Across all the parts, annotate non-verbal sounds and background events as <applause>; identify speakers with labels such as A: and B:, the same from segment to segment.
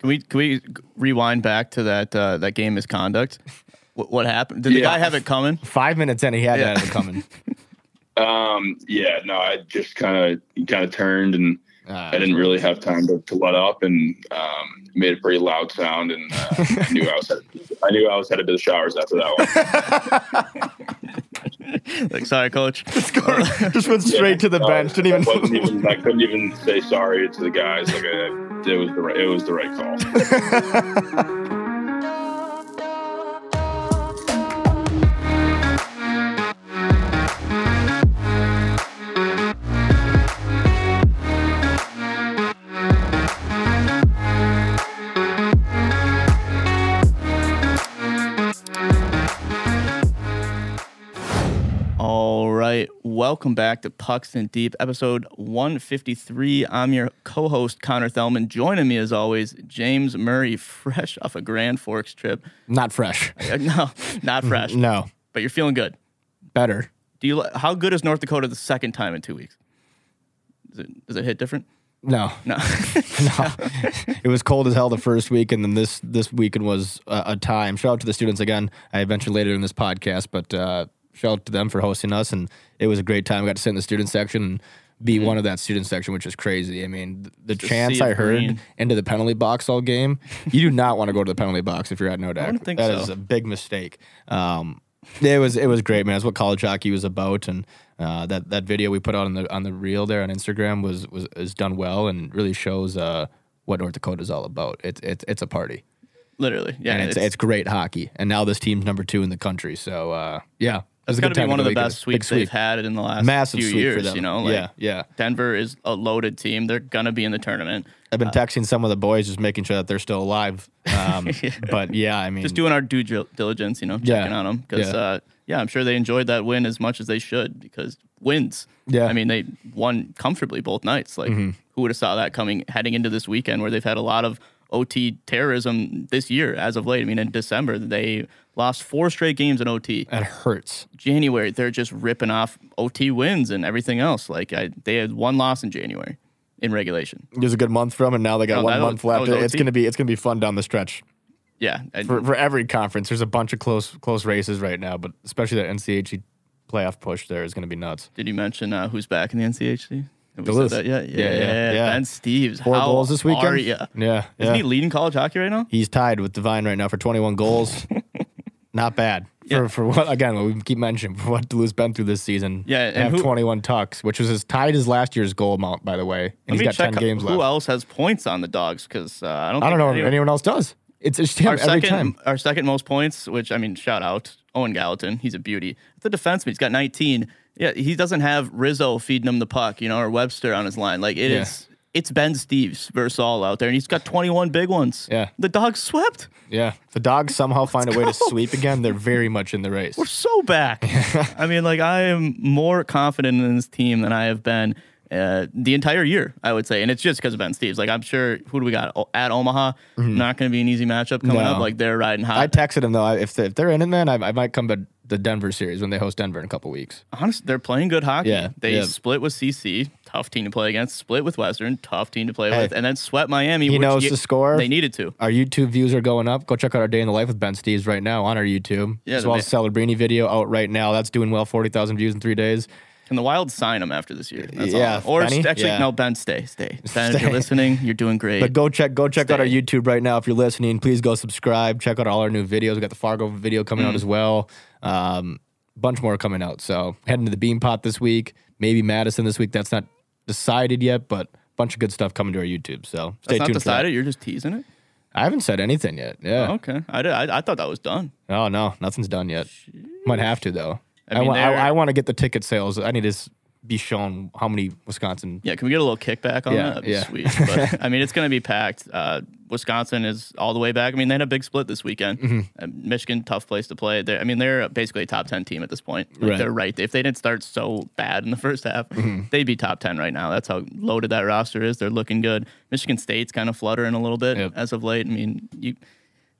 A: Can we can we rewind back to that uh, that game
B: <laughs>
A: misconduct? What, what happened? Did the
C: Yeah.
A: guy have it coming?
B: Five minutes in, he had
A: Yeah.
B: that in
A: <laughs>
B: coming.
C: Um, yeah, no, I just kind of kind of turned and
B: Uh,
C: I didn't really have time to, to let up and um, made a pretty loud sound and uh, I knew I was headed, I knew I was headed to the showers after that one.
A: Like, sorry, coach.
B: <laughs> just went <laughs> straight to the
C: No,
B: bench. Didn't
C: I, wasn't
B: even.
C: even. I couldn't
B: <laughs>
C: even say sorry to the guys. Like I, it was the right, it was the right call. <laughs>
A: All right, welcome back to Pucks and Deep, episode 153. I'm your co-host Connor Thelman. Joining me as always, James Murray, <laughs> fresh off a Grand Forks trip. <laughs>
B: Not fresh.
A: Uh, No, not
B: <laughs>
A: fresh.
B: No,
A: but you're feeling good.
B: better.
A: Do you? li- How good is North Dakota the second time in two weeks? Does it, does it hit different?
B: No,
A: No.
B: <laughs> no. it was cold as hell the first week, and then this this weekend was a, a time. Shout out to the students again. I mentioned later in this podcast, but uh, shout out to them for hosting us, and it was a great time. I got to sit in the student section and be
A: Mm-hmm.
B: one of that student section, which is crazy. I mean, th- the
A: a
B: chance
A: sea of
B: I heard
A: green.
B: into the penalty box all game, you do not want to go to the penalty box if you're at no deck.
A: wouldn't think
B: That
A: so.
B: is a big mistake. Um, it was it was great, man. That's what college hockey was about, and uh, that that video we put out on the on the reel there on Instagram was was is done well and really shows uh, what North Dakota is all about. It's it's it's a party,
A: Literally, yeah.
B: and it's, it's great hockey. And now this team's number two in the country, so uh, yeah,
A: It's got to be one of the best sweeps they've had in the last
B: Massive
A: few
B: sweep
A: years.
B: for them.
A: You know, like
B: yeah, yeah.
A: Denver is a loaded team. They're gonna be in the tournament.
B: I've been texting some of the boys, just making sure that they're
A: <laughs>
B: still alive. Um, But yeah, I mean,
A: Just doing our due dil- diligence, you know,
B: Mm. Yeah.
A: checking on them because,
B: Yeah.
A: uh, yeah, I'm sure they enjoyed that win as much as they should because wins.
B: Yeah. Mm-hmm.
A: I mean, they won comfortably both nights. Like, who would have saw that coming heading into this weekend where they've had a lot of OT terrorism this year as of late. I mean, in December they lost four straight games in OT.
B: that hurts.
A: January they're just ripping off OT wins and everything else. Like, I, they had one loss in January in regulation.
B: It was a good month from, and now they got
A: No,
B: one
A: that
B: month
A: was- that
B: left.
A: was
B: It's
A: OT.
B: gonna be it's gonna be fun down the stretch.
A: Yeah, and-
B: for, for every conference. There's a bunch of close close races right now, but especially that NCHC E playoff push there is going to be nuts.
A: Did you mention uh, who's back in the NCHC? Have we
B: Duluth.
A: said that yet?
B: Yeah, yeah, yeah.
A: Ben Steves.
B: Four
A: how
B: goals this weekend.
A: Are ya?
B: Yeah,
A: Isn't
B: yeah.
A: he leading college hockey right now?
B: He's tied with Divine right now for 21
A: <laughs>
B: goals. Not bad for, for what again? what We keep mentioning for what Duluth's been through this season.
A: Yeah, and
B: and have
A: who-
B: 21 tucks, which was as tied as last year's goal amount, by the way. And he's got 10 games
A: uh, who
B: left.
A: else has points on the dogs because uh, I don't.
B: I
A: think
B: don't know if
A: anyone-
B: anyone else does. It's it's him
A: Our
B: every
A: second,
B: time.
A: our second most points, which I mean, shout out Owen Gallatin. He's a beauty. It's a defenseman. He's got 19. Yeah, he doesn't have Rizzo feeding him the puck, you know, or Webster on his line. Like it
B: Yeah.
A: is- it's Ben Steves versus all out there, and he's got 21 big ones.
B: Yeah.
A: the dogs swept.
B: Yeah, If the dogs somehow find a way to sweep again. They're very much in the race.
A: We're so
B: <laughs>
A: back. I mean, like I am more confident in this team than I have been uh, the entire year, I would say, and it's just because of Ben Steves. Like I'm sure, who do we got O- at Omaha? Not going to be an easy matchup coming
B: Mm-hmm. No.
A: up. Like they're riding
B: I
A: hot.
B: texted him though. I- If they, if they're in it, man, I, I might come to the Denver series when they host Denver in a couple weeks.
A: Honestly, they're playing good hockey.
B: Yeah,
A: they
B: yeah.
A: split with CC, tough team to play against. Split with Western, tough team to play
B: Hey.
A: with, and then swept Miami.
B: He
A: which
B: knows
A: you-
B: the score.
A: They needed to.
B: Our YouTube views are going up. Go check out our day in the life with Ben Steves right now on our YouTube.
A: Yeah,
B: as well
A: the
B: as Celebrini video out right now. That's doing well. Forty thousand views in three days.
A: Can the Wild sign him after this year? That's
B: Yeah,
A: all. Or
B: Benny?
A: st- actually,
B: Yeah.
A: no, Ben, stay,
B: <laughs>
A: stay. Ben, if
B: Stay.
A: you're listening, you're doing great.
B: But go check go check out our
A: Stay.
B: YouTube right now if you're listening. Please go subscribe. Check out all our new videos. We got the Fargo video coming
A: Mm.
B: out as well. Um, bunch more coming out. So heading to the Bean Pot this week. Maybe Madison this week. That's not decided yet, but bunch of good stuff coming to our YouTube. So stay
A: That's not
B: tuned.
A: decided. Oh. You're just teasing it.
B: For that. I haven't said anything yet. Yeah.
A: Okay, I, did, I I thought that was done.
B: Oh no, nothing's done yet. Might have to though. I,
A: mean,
B: wa- I,
A: they're-
B: I want to get the ticket sales. I need to s- be shown how many Wisconsin.
A: Yeah, can we get a little kickback on
B: Yeah,
A: that? That'd be
B: yeah.
A: sweet.
B: <laughs>
A: But, I mean, it's going to be packed. Uh, Wisconsin is all the way back. I mean, they had a big split this weekend.
B: Mm-hmm.
A: Uh, Michigan, tough place to play. They're, I mean, they're basically a top 10 team at this point. Like,
B: Right. Mm-hmm.
A: They're right. If they didn't start so bad in the first half, they'd be top 10 right now. That's how loaded that roster is. They're looking good. Michigan State's kind of fluttering a little bit
B: Yep.
A: as of late. I mean, you.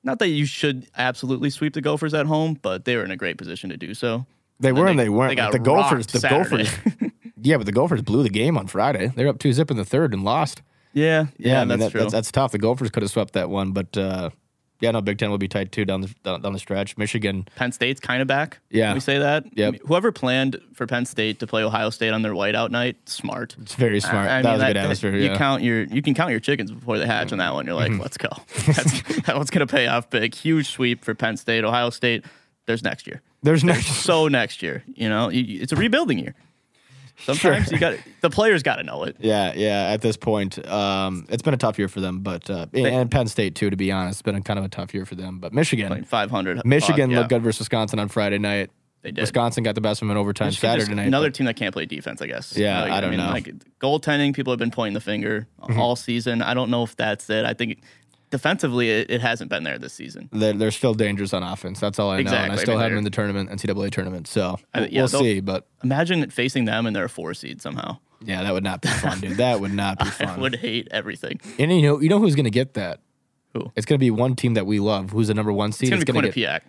A: Not that you should absolutely sweep the Gophers at home, but they were in a great position to do so.
B: They were
A: they-
B: and they weren't.
A: they got
B: Like, the Gophers.
A: rocked
B: The
A: Saturday.
B: Gophers. Yeah, but the Gophers blew the game on Friday. They were up two zip in the third and lost.
A: <laughs> Yeah, yeah,
B: I mean,
A: that's
B: that-
A: true.
B: That's, that's tough. The Gophers could have swept that one, but uh, yeah, no, Big Ten will be tight too down the down, down the stretch. Michigan,
A: Penn State's kind of back.
B: Yeah.
A: Can we say that?
B: Yep.
A: I mean, Whoever planned for Penn State to play Ohio State on their whiteout night, smart.
B: it's very smart.
A: I
B: that
A: mean,
B: was a good atmosphere.
A: You
B: yeah. Mm-hmm.
A: count your you can count your chickens before they hatch on that one. You're like, let's go. <laughs> That's that one's gonna pay off big. Huge sweep for Penn State, Ohio State. There's next year.
B: There's
A: <laughs>
B: no
A: So next year, you know, You- you- it's a rebuilding year. Sometimes you got the players got to know
B: <laughs>
A: it.
B: <laughs> Yeah, yeah. At this point, um, it's been a tough year for them, but uh, and Penn State too. To be honest, it's been a, kind of a tough year for them. But Michigan,
A: Like 500.
B: Michigan
A: uh, yeah.
B: looked good versus Wisconsin on Friday night.
A: They did.
B: Wisconsin got the best of them in overtime
A: Just-
B: Saturday
A: just
B: night.
A: Another
B: but
A: team that can't play defense, I guess.
B: Yeah, I don't know. Mm-hmm.
A: Like goaltending, people have been pointing the finger all season. I don't know if that's it. I think defensively, it, it hasn't been there this season.
B: they're, they're still dangerous on offense. That's all I know. And I
A: Exactly. I
B: still
A: mean,
B: have them
A: they're-
B: in the tournament, NCAA tournament. So
A: I-
B: we'll-
A: yeah,
B: we'll
A: they'll-
B: see. But
A: Imagine facing them and they're a four seed somehow. <laughs>
B: yeah, that would not be fun, dude. That would not be
A: I
B: fun.
A: would hate everything.
B: And you know, you know who's going to get that?
A: Who?
B: It's going to be one team that we love, who's the number one seed.
A: It's going to be
B: gonna
A: Quinnipiac.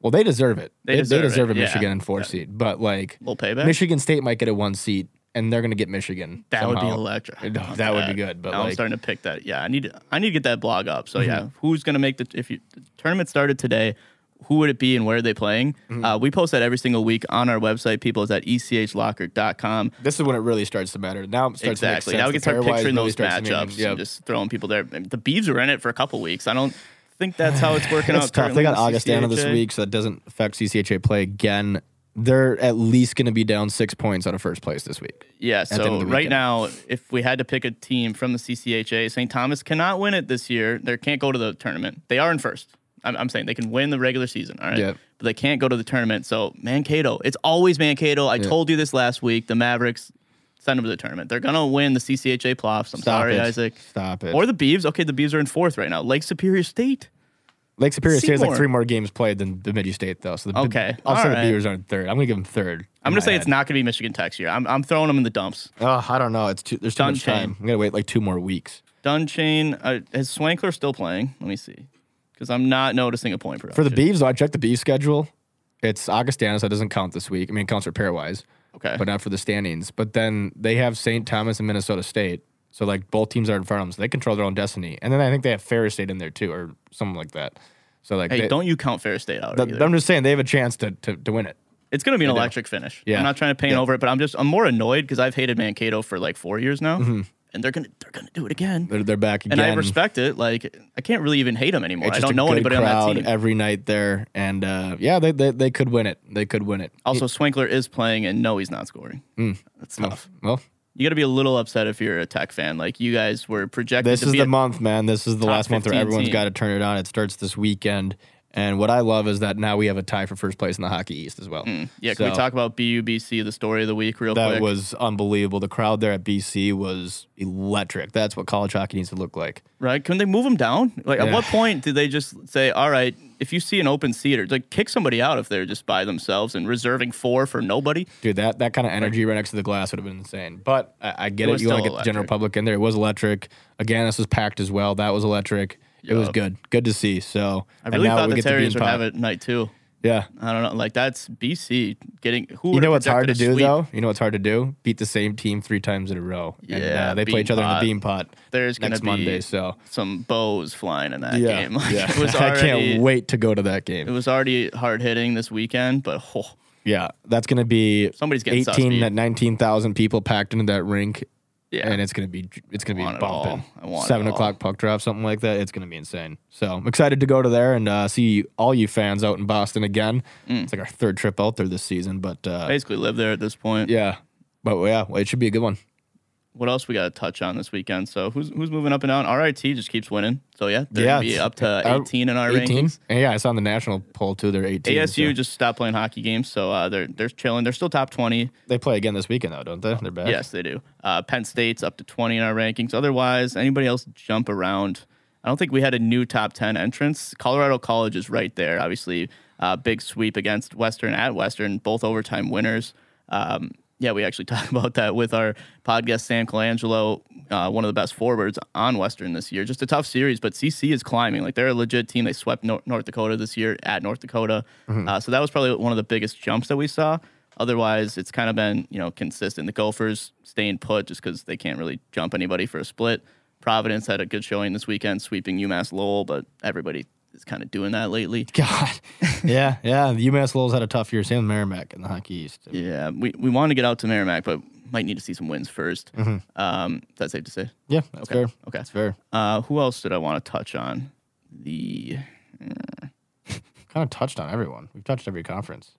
B: well, they deserve it. They,
A: They
B: they deserve,
A: deserve it,
B: it,
A: yeah.
B: Michigan and four seed. But like,
A: Little payback?
B: Michigan State might get a one seed, and they're going to get Michigan.
A: That would be
B: somehow.
A: electric. I
B: <laughs> No,
A: want
B: that would be good, but
A: Now I'm
B: like- Mm-hmm.
A: starting to pick that. Yeah, I need to, I need to get that blog up. So yeah, who's gonna make the if you, the tournament started today? Who would it be and where are they playing?
B: Mm-hmm.
A: Uh, we post that every single week on our website. People is at E eschlocker.com.
B: This is when it really starts to matter. Now it starts
A: Exactly.
B: to make sense.
A: Now
B: The
A: we can start
B: pairwise
A: picturing
B: really
A: those
B: starts to make-
A: matchups
B: yep.
A: and just throwing people there. The Beavs were in it for a couple weeks. I don't think that's how it's
B: <sighs>
A: working
B: It's
A: out.
B: tough. They
A: currently
B: got
A: with
B: Augustana this
A: CCHA.
B: week, so that doesn't affect CCHA play again. They're at least going to be down six points out of first place this week.
A: Yeah.
B: the end of
A: So
B: the
A: right
B: weekend.
A: now, if we had to pick a team from the CCHA, St. Thomas cannot win it this year. They can't go to the tournament. They are in first. I'm, I'm saying they can win the regular season. All right.
B: Yep.
A: But they can't go to the tournament. So Mankato, it's always Mankato. I told you this last week. The Mavericks send them to the tournament. They're gonna win the CCHA Plops. I'm
B: Stop
A: sorry,
B: it.
A: Isaac.
B: Stop it.
A: Or the Beavs. Okay, the Beavs are in fourth right now. Lake Superior State.
B: Lake Superior State has like
A: Seymour.
B: three more games played than Bemidji State, though. So the,
A: Okay.
B: I'll say
A: All
B: the
A: right.
B: Beavers aren't third. I'm going to give them
A: I'm
B: third. in
A: gonna
B: my
A: say it's
B: head.
A: not gonna be Michigan Tech here. I'm, I'm throwing them in the dumps.
B: Oh, I don't know. It's too, there's too
A: Done
B: much time.
A: chain.
B: I'm going to wait like two more weeks
A: Dunchain. Uh, is Swankler still playing? Let me see. Because I'm not noticing a point
B: for the
A: production.
B: Beavs. Though I checked the Beavs schedule. It's Augustana, so it doesn't count this week. I mean, it counts for pairwise,
A: Okay.
B: but not for the standings. But then they have St. Thomas and Minnesota State. So like both teams are in front of them, so they control their own destiny. And then I think they have Ferris State in there too, or something like that. So like,
A: Hey,
B: they,
A: don't you count Fair State out
B: th-
A: either.
B: I'm just saying they have a chance to to, to win it.
A: it's going to be an electric finish.
B: Yeah.
A: I'm not trying to paint over it, but I'm just I'm more annoyed because I've hated Mankato for like four years now, and they're gonna they're gonna do it again.
B: Mm-hmm. They're, they're back again.
A: and I respect it. Like I can't really even hate them anymore.
B: It's
A: I
B: just
A: don't
B: a
A: know
B: good
A: anybody
B: crowd
A: on that team.
B: every night there, and uh, yeah, they, they they could win it. They could win it.
A: also, Swankler is playing, and no, he's not scoring. That's tough.
B: Well,
A: You got to be a little upset if you're a Tech fan. Like you guys were projected.
B: this
A: to
B: is
A: be
B: the
A: a-
B: month, man. This is the
A: top
B: last month where
A: 15
B: everyone's
A: team.
B: got to turn it on. It starts this weekend, and what I love is that now we have a tie for first place in the Hockey East as well.
A: Mm, Yeah, can we
B: So
A: talk about BUBC, the story of the week, real
B: That
A: quick?
B: was unbelievable. The crowd there at BC was electric. That's what college hockey needs to look like.
A: right? Can they move them down? Like, at
B: Yeah.
A: what point did they just say, "All right, if you see an open seat, or like kick somebody out if they're just by themselves and reserving four for nobody"?
B: Dude, that that kind of energy right next to the glass would have been insane. But I, I get
A: It
B: it.
A: was
B: You want to get
A: still
B: the general
A: electric.
B: public in there. It was electric. Again, this was packed as well. That was electric. It was
A: Yup.
B: good. Good to see. So
A: I really thought the Terriers would have
B: it.
A: it at night too.
B: Yeah.
A: I don't know. Like that's BC getting who.
B: You
A: would've
B: know what's hard to
A: projected a
B: do
A: sweep?
B: though? You know what's hard to do? Beat the same team three times in a row. And,
A: Yeah,
B: uh, they play
A: bean
B: each other
A: pot.
B: in the beam pot
A: There's gonna
B: next
A: be
B: Monday. So
A: some bows flying in that game. <laughs> Like,
B: yeah.
A: it was
B: <laughs> I
A: already,
B: can't wait to go to that
A: It
B: game.
A: was already hard hitting this weekend, but oh,
B: Yeah, that's going to be
A: Somebody's getting sus,
B: 18
A: dude.
B: at 19,000 people packed into that rink.
A: Yeah.
B: And it's going to be it's going to
A: want
B: be
A: it all.
B: bumping.
A: I want it
B: Seven
A: all.
B: o'clock puck drop, something like that. It's going to be insane. So I'm excited to go to there and uh, see all you fans out in Boston again.
A: Mm.
B: It's like our third trip out there this season, but uh,
A: Basically live there at this point.
B: yeah, but yeah, well, it should be a good one.
A: What else we got to touch on this weekend? So who's who's moving up and down? RIT just keeps winning. So yeah, they're
B: yeah,
A: gonna be
B: it's-
A: up to
B: uh,
A: 18 in our
B: 18?
A: rankings.
B: And yeah, I saw on the national poll too. They're 18.
A: ASU
B: so-
A: just stopped playing hockey games, so uh, they're they're chilling. They're still top 20.
B: they play again this weekend though, don't they? They're back.
A: Yes, they do. Uh, Penn State's up to 20 in our rankings. Otherwise, anybody else jump around? I don't think we had a new top 10 entrance. Colorado College is right there. Obviously, uh, big sweep against Western at Western, both overtime winners. Um, yeah, we actually <laughs> talked about that with our podcast. Sam Colangelo, uh, one of the best forwards on Western this year. Just a tough series, but CC is climbing. Like they're a legit team. They swept Nor- North Dakota this year at North Dakota. Uh, so that was probably one of the biggest jumps that we saw. Otherwise, it's kind of been you know consistent. The Gophers staying put just because they can't really jump anybody for a split. Providence had a good showing this weekend, sweeping UMass Lowell, but everybody is kind of doing that lately.
B: <laughs> God. yeah, yeah. The UMass Lowell's had a tough year. Same with Merrimack in the Hockey East.
A: Yeah, we, we want to get out to Merrimack, but might need to see some wins 1st Um, is that safe to say?
B: Yeah, that's fair.
A: Okay.
B: That's fair.
A: Uh, who else did I want to touch on? The
B: Kind of touched on everyone. We've touched every conference.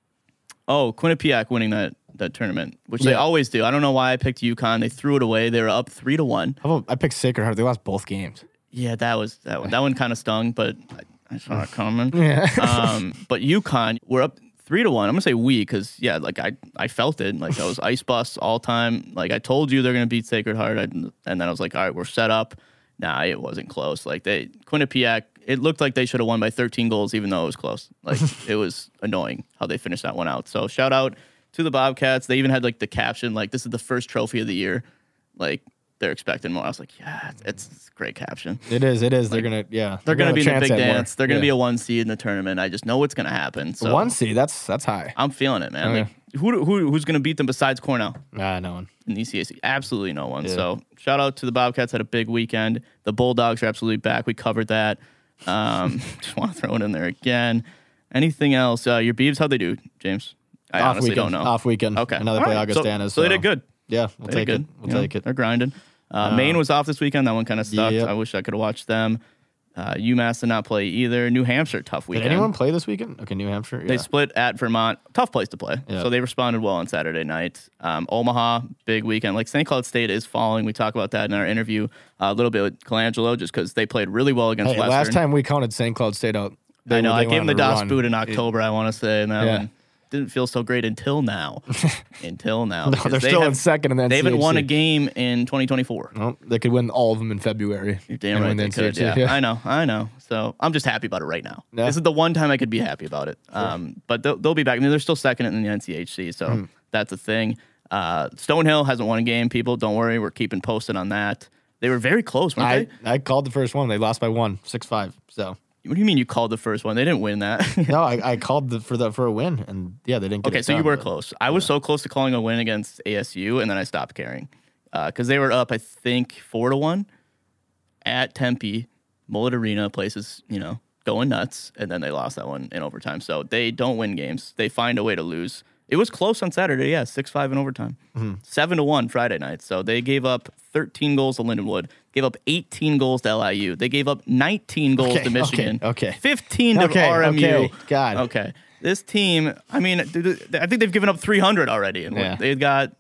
A: oh Quinnipiac winning that that tournament, which they
B: Yeah.
A: always do. I don't know why I picked UConn. They threw it away. They were up three to one.
B: How about I picked Sacred Heart? They lost both games.
A: Yeah, that was that one. That one kind of stung, but I, I saw it coming.
B: Yeah.
A: um, but UConn, we're up three to one. I'm gonna say we because yeah, like I I felt it. Like I was ice bust all time. Like I told you they're gonna beat Sacred Heart, I, and then I was like, all right, we're set up. Nah, it wasn't close. Like they Quinnipiac, it looked like they should have won by 13 goals, even though it was close. Like it was annoying how they finished that one out. So shout out to the Bobcats. They even had like the caption like this is the first trophy of the year. Like they're expecting more. I was like, yeah, it's, it's a great caption.
B: It is. It is. They're gonna. Yeah.
A: They're going to be in the big dance. They're going to be a
B: a
A: one seed in the tournament. I just know what's going to happen. So
B: one seed. That's that's high.
A: I'm feeling it, man.
B: Oh, yeah.
A: Like, who, who who's going to beat them besides Cornell
B: Nah, no one.
A: in the E ECAC? Absolutely no one. So shout out to the Bobcats. Had a big weekend. The Bulldogs are absolutely back. We covered that. Um, <laughs> just want to throw it in there again. Anything else? Uh, your Beavs, how'd they do, James? I
B: Off
A: honestly
B: weekend.
A: don't know.
B: Off weekend.
A: Okay.
B: Another
A: All
B: play
A: right. So-
B: Augustana.
A: So, they did good.
B: Yeah, we'll
A: They did
B: take
A: good.
B: it. We'll
A: You know,
B: take it.
A: They're grinding. Uh, Maine was off this weekend. That one kind of sucked.
B: Yep.
A: I wish I could have watched them. Uh, UMass did not play either. New Hampshire, tough
B: Did
A: weekend.
B: anyone play this weekend? Okay, New Hampshire.
A: They
B: Yeah.
A: split at Vermont. Tough place to play.
B: Yeah.
A: So they responded well on Saturday night. Um, Omaha, big weekend. Like St. Cloud State is falling. We talk about that in our interview uh, a little bit with Colangelo just because they played really well against
B: Hey,
A: Western.
B: last time we counted St. Cloud State out. They,
A: I know.
B: they
A: I gave
B: went
A: him the
B: on a
A: DOS
B: run.
A: boot in October, I want to say. And that
B: Yeah.
A: one didn't feel so great until
B: <laughs>
A: now. until now.
B: No,
A: because
B: they're
A: they
B: still in
A: have-
B: second in the
A: They haven't won a
B: NCHC.
A: game in 2024.
B: Well, they could win all of them in February.
A: You're damn
B: and
A: right
B: win the
A: they could.
B: NCHC,
A: Yeah. I know. I know. So I'm just happy about it right now.
B: Yeah.
A: This is the one time I could be happy about it. Um, but they'll, they'll be back. I mean, they're still second in the NCHC, so
B: Hmm.
A: that's a thing. Uh, Stonehill hasn't won a game. People, don't worry. We're keeping posted on that. They were very close, weren't
B: I,
A: they?
B: I called the first one. They lost by one, six five. So
A: What do you mean you called the first one? They didn't win that. <laughs>
B: no, I, I called the, for the for a win, and yeah, they didn't. get
A: okay,
B: it
A: so you
B: done,
A: were
B: but-
A: close. I was so close to calling a win against ASU, and then I stopped caring because they were up, I think, four to one at Tempe, Mullet Arena. Places, you know, going nuts, and then they lost that one in overtime. So they don't win games; they find a way to lose. It was close on Saturday, yeah, six five in overtime,
B: Mm-hmm.
A: seven to one Friday night. So they gave up thirteen goals to Lindenwood, gave up eighteen goals to LIU, they gave up nineteen goals
B: Okay,
A: to
B: okay,
A: Michigan,
B: okay.
A: fifteen to
B: Okay,
A: RMU.
B: okay, God.
A: Okay. This team, I mean, dude, I think they've given up 300 already. And
B: Yeah.
A: they've got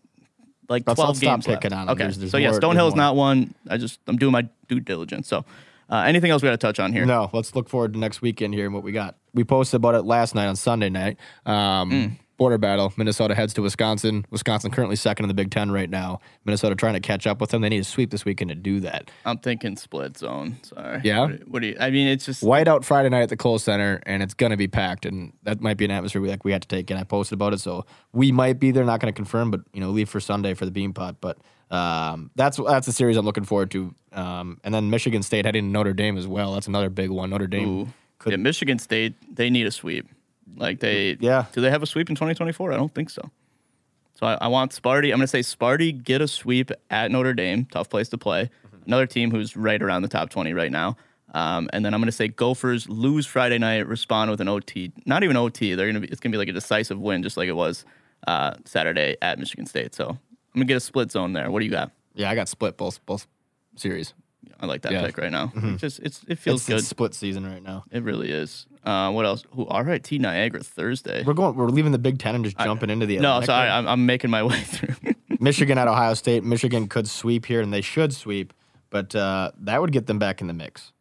A: like 12
B: Let's not stop
A: games left.
B: picking on them.
A: okay.
B: There's- there's
A: so, yeah,
B: more-
A: Stonehill's
B: there's more.
A: not one. I just, I'm doing my due diligence. So, uh, anything else we got to touch on here?
B: No, let's look forward to next weekend here and what we got. We posted about it last night on Sunday night. Um,
A: Mm.
B: Border battle. Minnesota heads to Wisconsin. Wisconsin currently second in the Big Ten right now. Minnesota trying to catch up with them. They need to sweep this weekend to do that.
A: I'm thinking split zone. Sorry.
B: Yeah?
A: What do, what do you, I mean, it's just,
B: Whiteout Friday night at the Kohl Center, and it's gonna be packed, and that might be an atmosphere we like we had to take. And I posted about it, so we might be there. Not gonna confirm, but you know, leave for Sunday for the Bean Pot. But um, that's that's the series I'm looking forward to. Um, and then Michigan State heading to Notre Dame as well. That's another big one. Notre Dame
A: ooh.
B: could
A: Yeah, Michigan State, they need a sweep. Like, they,
B: Yeah.
A: Do they have a sweep in 2024? I don't think so. So I, I want Sparty. I'm going to say Sparty get a sweep at Notre Dame. Tough place to play. Another team who's right around the top 20 right now. Um, and then I'm going to say Gophers lose Friday night, respond with an OT, not even OT. They're going to be it's going to be like a decisive win, just like it was uh, Saturday at Michigan State. So I'm going to get a split zone there. What do you got?
B: Yeah, I got split both both series.
A: I like that
B: Yeah.
A: pick right now.
B: Mm-hmm.
A: It's just it's it feels
B: It's-
A: good.
B: it's split season right now.
A: it really is. Uh, what else? Ooh, RIT Niagara Thursday.
B: We're going. We're leaving the Big Ten and just jumping into the
A: No,
B: Atlantic.
A: sorry, I'm, I'm making my <laughs> way through.
B: Michigan at Ohio State. Michigan could sweep here, and they should sweep, but uh, that would get them back in the mix.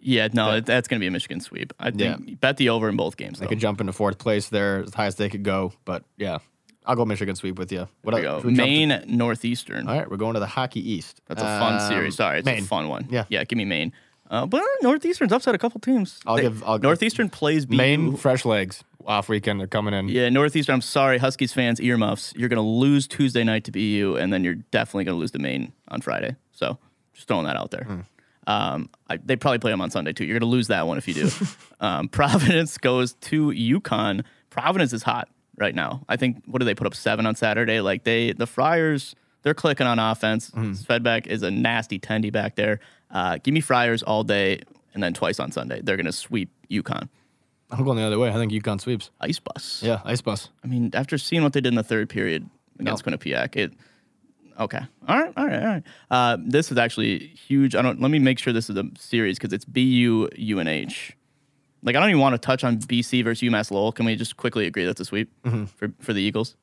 A: yeah, no, it, that's going to be a Michigan sweep. I think bet the over in both games.
B: They
A: Though.
B: could jump into fourth place there, as high as they could go. But yeah, I'll go Michigan sweep with you. What
A: There we
B: else?
A: go.
B: Should we jump to-
A: Maine at Northeastern.
B: All right, we're going to the Hockey East.
A: That's a fun
B: Um,
A: series. Sorry, it's
B: Maine.
A: a fun one.
B: Yeah.
A: yeah. Give me Maine. Uh, but Northeastern's upset a couple teams.
B: I'll give- I'll-
A: Northeastern plays BU.
B: Maine fresh legs off weekend. They're coming in.
A: Yeah, Northeastern. I'm sorry, Huskies fans, earmuffs. You're going to lose Tuesday night to BU, and then you're definitely going to lose to Maine on Friday. So just throwing that out there. Um, I, they probably play them on Sunday too. You're going to lose that one if you do. um, Providence goes to Yukon. Providence is hot right now. I think what do they put up seven on Saturday? Like they the Friars, they're clicking on offense. Svedbeck is a nasty tendy back there. Uh, give me Friars all day and then twice on Sunday. They're going to sweep Yukon.
B: I'm going the other way. I think UConn sweeps.
A: Ice bus.
B: Yeah, ice bus.
A: I mean, after seeing what they did in the third period against Quinnipiac, it okay. All right, all right, all right. Uh, this is actually huge. I don't. Let me make sure this is a series because it's BU UNH. Like I don't even want to touch on BC versus UMass Lowell. Can we just quickly agree that's a sweep for for the Eagles?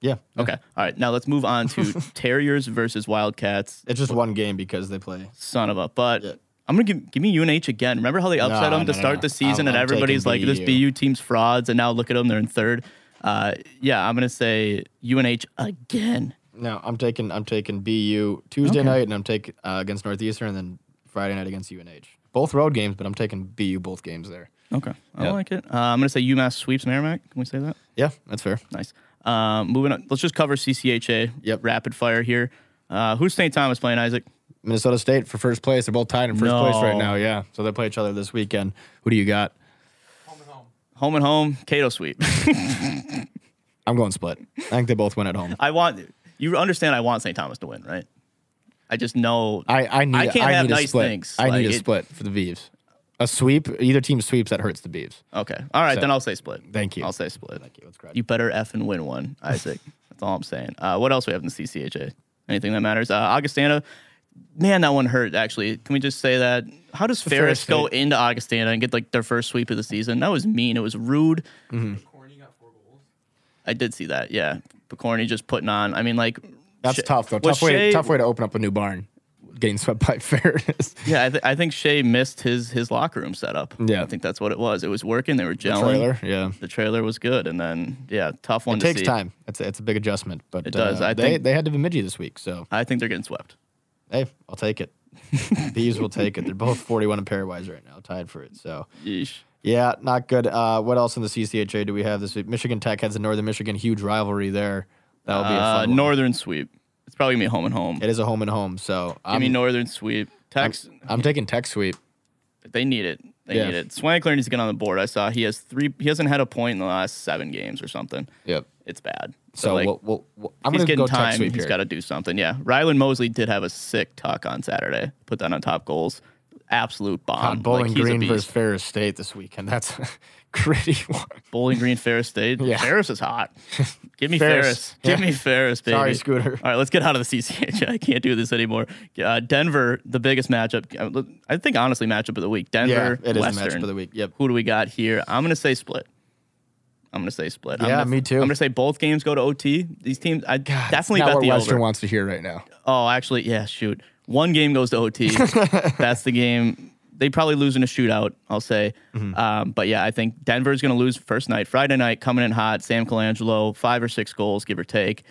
B: Yeah.
A: Okay. All right. Now let's move on to Terriers versus Wildcats.
B: It's just one game because they play.
A: Son of a but. I'm gonna give, give me UNH again. Remember how they upset
B: No,
A: them to
B: no, no,
A: start
B: no.
A: the season, and
B: I'm- I'm taking
A: everybody's like, "This
B: BU.
A: BU team's frauds," and now look at them; they're in third. Uh, yeah, I'm gonna say UNH again.
B: No, I'm taking I'm taking BU Tuesday night, and I'm taking uh, against Northeastern, and then Friday night against UNH. Both road games, but I'm taking BU both games there.
A: Okay, I
B: Yeah.
A: like it. Uh, I'm gonna say UMass sweeps Merrimack. Can we say that?
B: Yeah, that's fair.
A: Nice. Um, moving on. Let's just cover CCHA.
B: Yep.
A: Rapid fire here. Uh, who's St. Thomas playing, Isaac?
B: Minnesota State for first place. They're both tied in first place right
A: No.
B: now. Yeah, so they play each other this weekend. Who do you got?
A: Home and home. Cato sweep. <laughs>
B: I'm going split. I think they both win at home.
A: I want you understand. I want St. Thomas to win, right? I just know.
B: I I need
A: I can't have
B: need a
A: nice
B: split.
A: things.
B: I
A: Like,
B: need a
A: it-
B: split for the Beavs. A sweep. Either team sweeps that hurts the Beavs.
A: Okay. All right. then I'll say split.
B: Thank you.
A: I'll say split. Thank you.
B: Let's
A: You better f and win one,
B: <laughs>
A: Isaac. That's all I'm saying. Uh, what else we have in the CCHA? Anything that matters? Uh, Augustana, man, that one hurt. Actually, can we just say that? How does Ferris
B: Ferris
A: go into Augustana and get like their first sweep of the season? That was mean. It was rude.
B: Mm-hmm.
A: I did see that. Yeah, Picorni just putting on. I mean, like
B: That's
A: Sha-
B: tough though.
A: was
B: Tough way.
A: Shea-
B: Tough way to open up a new barn. Getting swept by <laughs> Ferris.
A: Yeah, I, th- I think Shea missed his his locker room setup.
B: Yeah.
A: I think that's what it was. It was working. They were gelling.
B: Trailer. Yeah.
A: The trailer was good, and then yeah, tough one.
B: It
A: to
B: takes
A: see.
B: time. It's a, it's a big adjustment, but it
A: does. I
B: they
A: think-
B: they had to Bemidji this week, so
A: I think they're getting swept.
B: hey, I'll
A: <laughs>
B: take it. Beavs will take it. They're both 41 and pairwise right now, tied for it. So
A: Yeesh.
B: yeah, not good. Uh, what else in the CCHA do we have this week? Michigan Tech has a Northern Michigan huge rivalry there. That'll be a
A: Uh,
B: fun one.
A: northern sweep. It's probably gonna be home and home.
B: It is a home and home, so
A: I
B: I'm,
A: mean, northern sweep. Tex,
B: I'm taking Tech sweep.
A: they need it. They
B: Yeah.
A: need it. Swankler needs to get on the board. I saw he has three. He hasn't had a point in the last seven games or something.
B: Yep.
A: It's bad.
B: So,
A: like,
B: we'll, we'll, we'll- I'm
A: he's
B: going to
A: getting
B: go Tech
A: time.
B: sweep
A: He's
B: here.
A: got to do something. Yeah. Ryland Mosley did have a sick tuck on Saturday. Put that on top goals. Absolute bomb.
B: God, Bowling
A: like, he's a
B: Green
A: beast.
B: versus Ferris State this weekend. That's <laughs> a gritty one.
A: Bowling Green, Ferris State.
B: <laughs> Yeah.
A: Ferris is hot. Give me Ferris.
B: Ferris.
A: Give me Ferris, baby.
B: Sorry, Scooter.
A: All right, let's get out of the CCH. I can't do this anymore. Uh, Denver, the biggest matchup. Uh, I think, honestly, matchup of the week. Denver,
B: yeah, it is
A: Western.
B: a match for the week. Yep.
A: Who do we got here? I'm going to say split. I'm going to say split. I'm
B: Yeah,
A: gonna-
B: me too.
A: I'm going to say both games go to OT. These teams, I definitely
B: Not
A: got
B: what
A: the
B: Western
A: over.
B: wants to hear right now.
A: Oh, actually, yeah, shoot. One game goes to OT.
B: <laughs>
A: That's the game. They probably lose in a shootout, I'll say.
B: Mm-hmm.
A: Um, but yeah, I think Denver's going to lose first night. Friday night, coming in hot. Sam Colangelo, five or six goals, give or
B: <laughs>
A: take.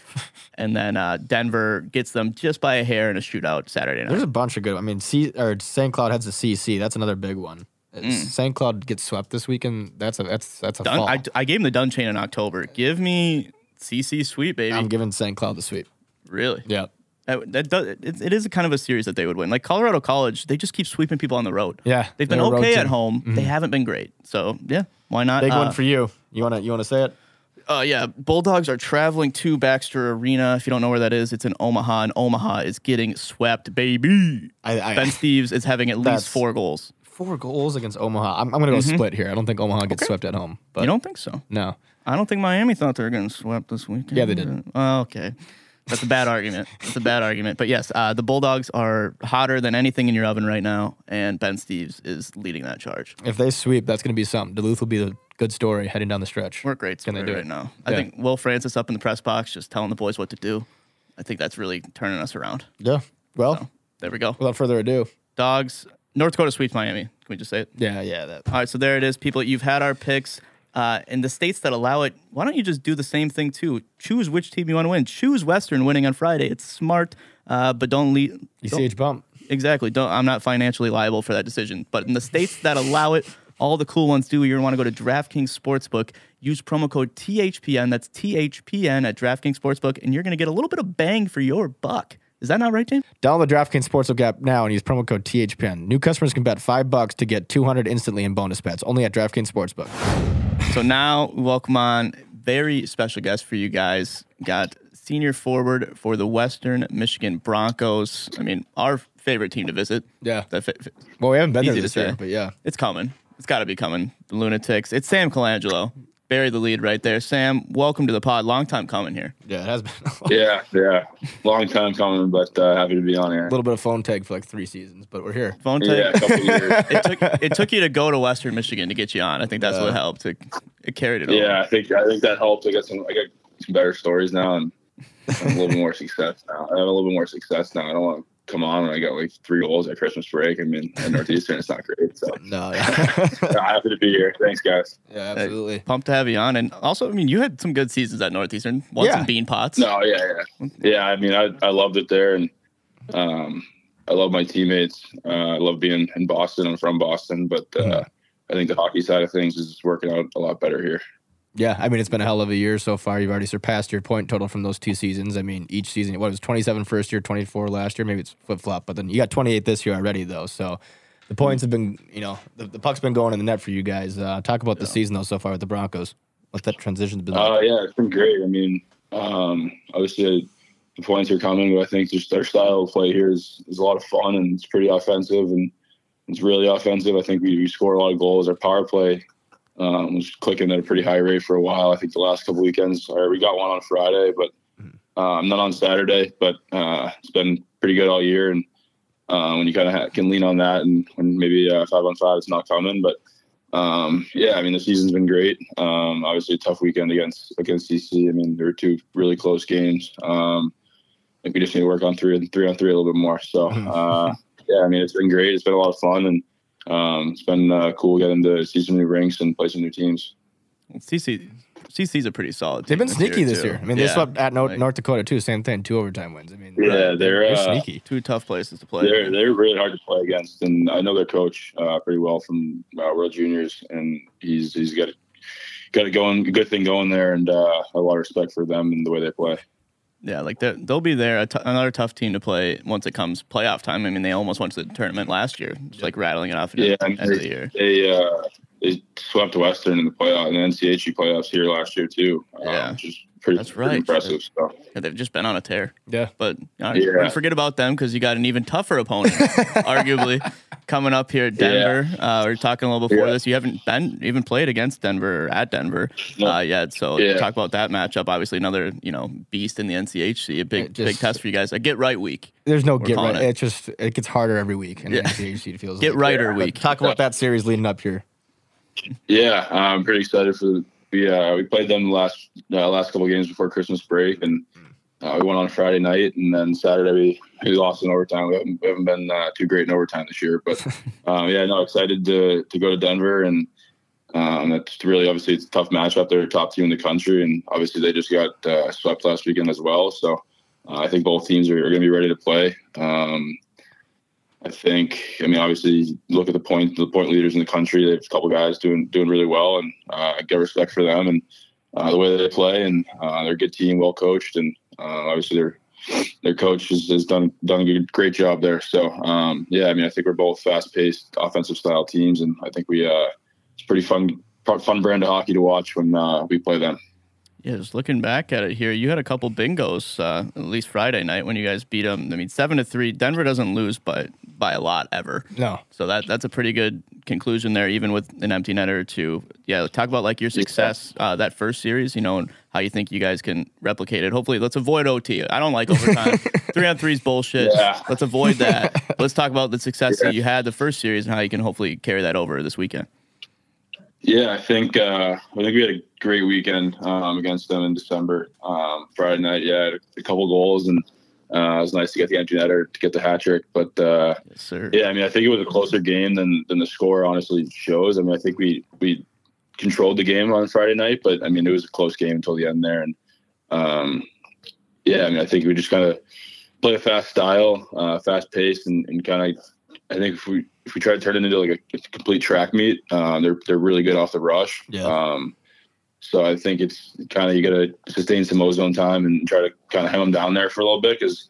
A: And then uh, Denver gets them just by a hair in a shootout Saturday night.
B: There's a bunch of good. I mean, C or St. Cloud heads to CC. That's another big one.
A: Mm.
B: St. Cloud gets swept this weekend. That's a that's that's a
A: Dun-
B: fall.
A: I, I gave him the Dun chain in October. Give me CC Sweet, baby.
B: I'm giving St. Cloud the sweep.
A: really?
B: Yeah.
A: That, that does, it, it is a kind of a series that they would win. Like Colorado College, they just keep sweeping people on the road.
B: Yeah,
A: They've been
B: they're a road
A: okay at
B: team. Mm-hmm.
A: home. They haven't been great. So, yeah, why not?
B: Big
A: Uh,
B: one for you. You wanna you wanna say it?
A: Uh, yeah, Bulldogs are traveling to Baxter Arena. If you don't know where that is, it's in Omaha, and Omaha is getting swept, baby.
B: I, I
A: ben Steves is having at least
B: That's-
A: four goals.
B: four goals against Omaha. I'm, I'm going to go split here. I don't think Omaha gets swept at home. But
A: Mm-hmm. You don't think so?
B: no,
A: I don't think Miami thought they were getting swept this weekend.
B: Yeah, they didn't.
A: Oh, okay. That's a bad <laughs> argument. That's a bad argument. But yes, uh, the Bulldogs are hotter than anything in your oven right now, and Ben Steves is leading that charge.
B: if they sweep, that's going to be something. Duluth will be the good story heading down the stretch.
A: We're great
B: Can they
A: story
B: do
A: right
B: it?
A: now. I
B: Yeah.
A: think Will Francis up in the press box just telling the boys what to do. I think that's really turning us around. Oh,
B: yeah. Well,
A: There we go.
B: without further ado,
A: Dogs, North Dakota sweeps Miami. Can we just say it?
B: yeah, yeah, that
A: All right, so there it is, people. You've had our picks. Uh, in the states that allow it, why don't you just do the same thing too? Choose which team you want to win. Choose Western winning on Friday. It's smart, uh, but don't lead.
B: ECH bump.
A: Exactly. Don't. I'm not financially liable for that decision. But in the states that allow it, all the cool ones do. You're gonna want to go to DraftKings Sportsbook. Use promo code THPN. That's THPN at DraftKings Sportsbook, and you're gonna get a little bit of bang for your buck. Is that not right, James?
B: Download the DraftKings Sportsbook app now and use promo code THPN. New customers can bet five bucks to get 200 instantly in bonus bets. Only at DraftKings Sportsbook.
A: So now, welcome on very special guest for you guys. Got senior forward for the Western Michigan Broncos. I mean, our favorite team to visit.
B: Yeah.
A: That fa- fa-
B: Well, we haven't been
A: Easy
B: there this
A: to say.
B: year, but yeah,
A: it's coming. It's got to be coming. The Lunatics. It's Sam Colangelo. Bury the lead right there. Sam, welcome to the pod. Long time coming here.
B: yeah, it has been a <laughs>
C: Yeah, yeah. Long time coming, but uh, happy to be on here.
B: little bit of phone tag for like three seasons, but
A: <laughs>
B: we're here.
A: Phone
C: Yeah,
A: tag.
C: a couple years.
A: It took it took you to go to Western Michigan to get you on. I think that's what helped. It, it carried it.
C: Yeah, I think I think that helped. I got some I got some better stories now and a little bit more success now. I have a little bit more success now. I don't want to come on when I got like three goals at Christmas break. I mean, at Northeastern, it's not great. So
B: No, yeah,
C: I'm happy to be here. Thanks, guys.
B: <laughs> yeah absolutely.
A: Pumped to have you on, and also, I mean, you had some good seasons at Northeastern. Won
B: Yeah.
A: some bean pots.
C: No, yeah, yeah, yeah. I mean, I I loved it there, and um, I love my teammates. Uh, I love being in Boston. I'm from Boston, but uh, I think the hockey side of things is working out a lot better here.
B: Yeah, I mean, it's been a hell of a year so far. You've already surpassed your point total from those two seasons. I mean, each season, what it was 27 first year, 24 last year. Maybe it's flip flop, but then you got 28 this year already, though. So the points have been, you know, the, the puck's been going in the net for you guys. Uh, talk about the season, though, so far with the Broncos. What that transition's been like.
C: Uh, yeah, it's been great. I mean, um, obviously the points are coming, but I think just their style of play here is, is a lot of fun and it's pretty offensive and it's really offensive. I think we, we score a lot of goals. Our power play um, was clicking at a pretty high rate for a while. I think the last couple weekends, or we got one on Friday, but
B: Mm-hmm.
C: um, not on Saturday. But uh, it's been pretty good all year, and uh, when you kind of ha- can lean on that, and when maybe uh, five on five is not coming, but um, yeah, I mean the season's been great. Um, obviously, a tough weekend against against CC. I mean, there were two really close games. Um, I think we just need to work on three and three on three a little bit more. So uh, yeah, I mean it's been great. It's been a lot of fun, and um, it's been uh, cool getting to see some new rinks and play some new teams.
A: CC CC's a pretty solid.
B: They've
A: team
B: been sneaky this year. I mean, they
A: Yeah.
B: swept at North,
A: Like,
B: North Dakota, too. Same thing, two overtime wins. I mean,
C: Yeah, they're, uh,
B: sneaky.
A: two tough places to play.
C: They're they're really hard to play against, and I know their coach uh, pretty well from uh, World Juniors, and he's he's got got a going good thing going there, and uh, a lot of respect for them and the way they play.
A: Yeah, like they're- they'll be there. A t- another tough team to play once it comes playoff time. I mean, they almost went to the tournament last year, just like rattling it off at
C: Yeah,
A: the
C: and
A: end of the year.
C: They uh, they swept Western in the playoff in the NCHC E playoffs here last year too. uh,
A: Yeah.
C: which is pretty,
A: That's
C: pretty
A: right.
C: impressive. So
A: And they've just been on a tear.
B: Yeah.
A: But uh,
C: Yeah.
A: you forget about them because you got an even tougher
C: <laughs>
A: opponent, arguably, coming up here at Denver. Uh, we are talking a little before
C: Yeah.
A: this. You haven't been even played against Denver or at Denver
C: No.
A: uh, yet. So
C: Yeah.
A: talk about that matchup. Obviously, another you know beast in the NCHC, a big
B: It just-
A: big test for you guys. A get right week.
B: There's no get
A: calling
B: right.
A: it.
B: It's just, it gets harder every week. And
A: Yeah.
B: the NCHC feels
A: Get
B: like.
A: righter
B: But
A: week.
B: Talk about that series leading up here.
C: yeah, I'm pretty excited for the. We uh, we played them the last uh, last couple games before Christmas break, and uh, we won on Friday night, and then Saturday we, we lost in overtime. We haven't, we haven't been uh, too great in overtime this year, but um, yeah, no, excited to to go to Denver, and um, that's really obviously it's a tough matchup. They're a top team in the country, and obviously they just got uh, swept last weekend as well. So uh, I think both teams are, are going to be ready to play. Um, I think. I mean, obviously, you look at the point the point leaders in the country. They have a couple guys doing doing really well, and uh, I get respect for them and uh, the way they play. And uh, they're a good team, well coached, and uh, obviously their their coach has, has done done a good, great job there. So um, yeah, I mean, I think we're both fast paced offensive style teams, and I think we uh, it's a pretty fun fun brand of hockey to watch when uh, we play them.
A: Yeah, just looking back at it here, you had a couple bingos, uh, at least Friday night when you guys beat them. I mean, seven to three. Denver doesn't lose by by a lot ever.
B: No.
A: So that that's a pretty good conclusion there, even with an empty netter. To yeah, talk about like your success uh, that first series, you know, and how you think you guys can replicate it. Hopefully, let's avoid OT. I don't like overtime.
C: <laughs>
A: three on threes bullshit.
C: Yeah.
A: Let's avoid
C: <laughs>
A: that. let's talk about the success that you had the first series and how you can hopefully carry that over this weekend.
C: Yeah, I think uh, I think we had a great weekend um, against them in December. Um, Friday night, yeah, I had a couple goals, and uh, it was nice to get the empty netter to get the hat trick. But uh,
A: Yes, sir.
C: yeah, I mean, I think it was a closer game than than the score honestly shows. I mean, I think we we controlled the game on Friday night, but I mean, it was a close game until the end there, and um, yeah, I mean, I think we just kind of play a fast style, uh, fast pace, and, and kind of. I think if we if we try to turn it into like a, complete track meet, uh, they're they're really good off the rush.
B: Yeah.
C: Um, so I think it's kind of you got to sustain some ozone time and try to kind of hem them down there for a little bit because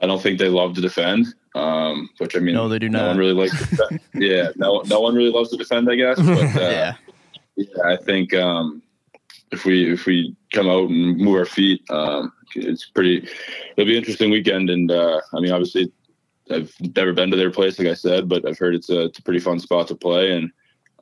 C: I don't think they love to defend. Um, which I mean,
A: No, they do
C: No
A: not.
C: one really likes. To
A: <laughs>
C: defend. yeah, no, no one really loves to defend, I guess. But, uh,
A: yeah.
C: yeah, I think um, if we if we come out and move our feet, um, it's pretty. It'll be an interesting weekend, and uh, I mean, obviously, I've never been to their place, like I said, but I've heard it's a, it's a pretty fun spot to play, and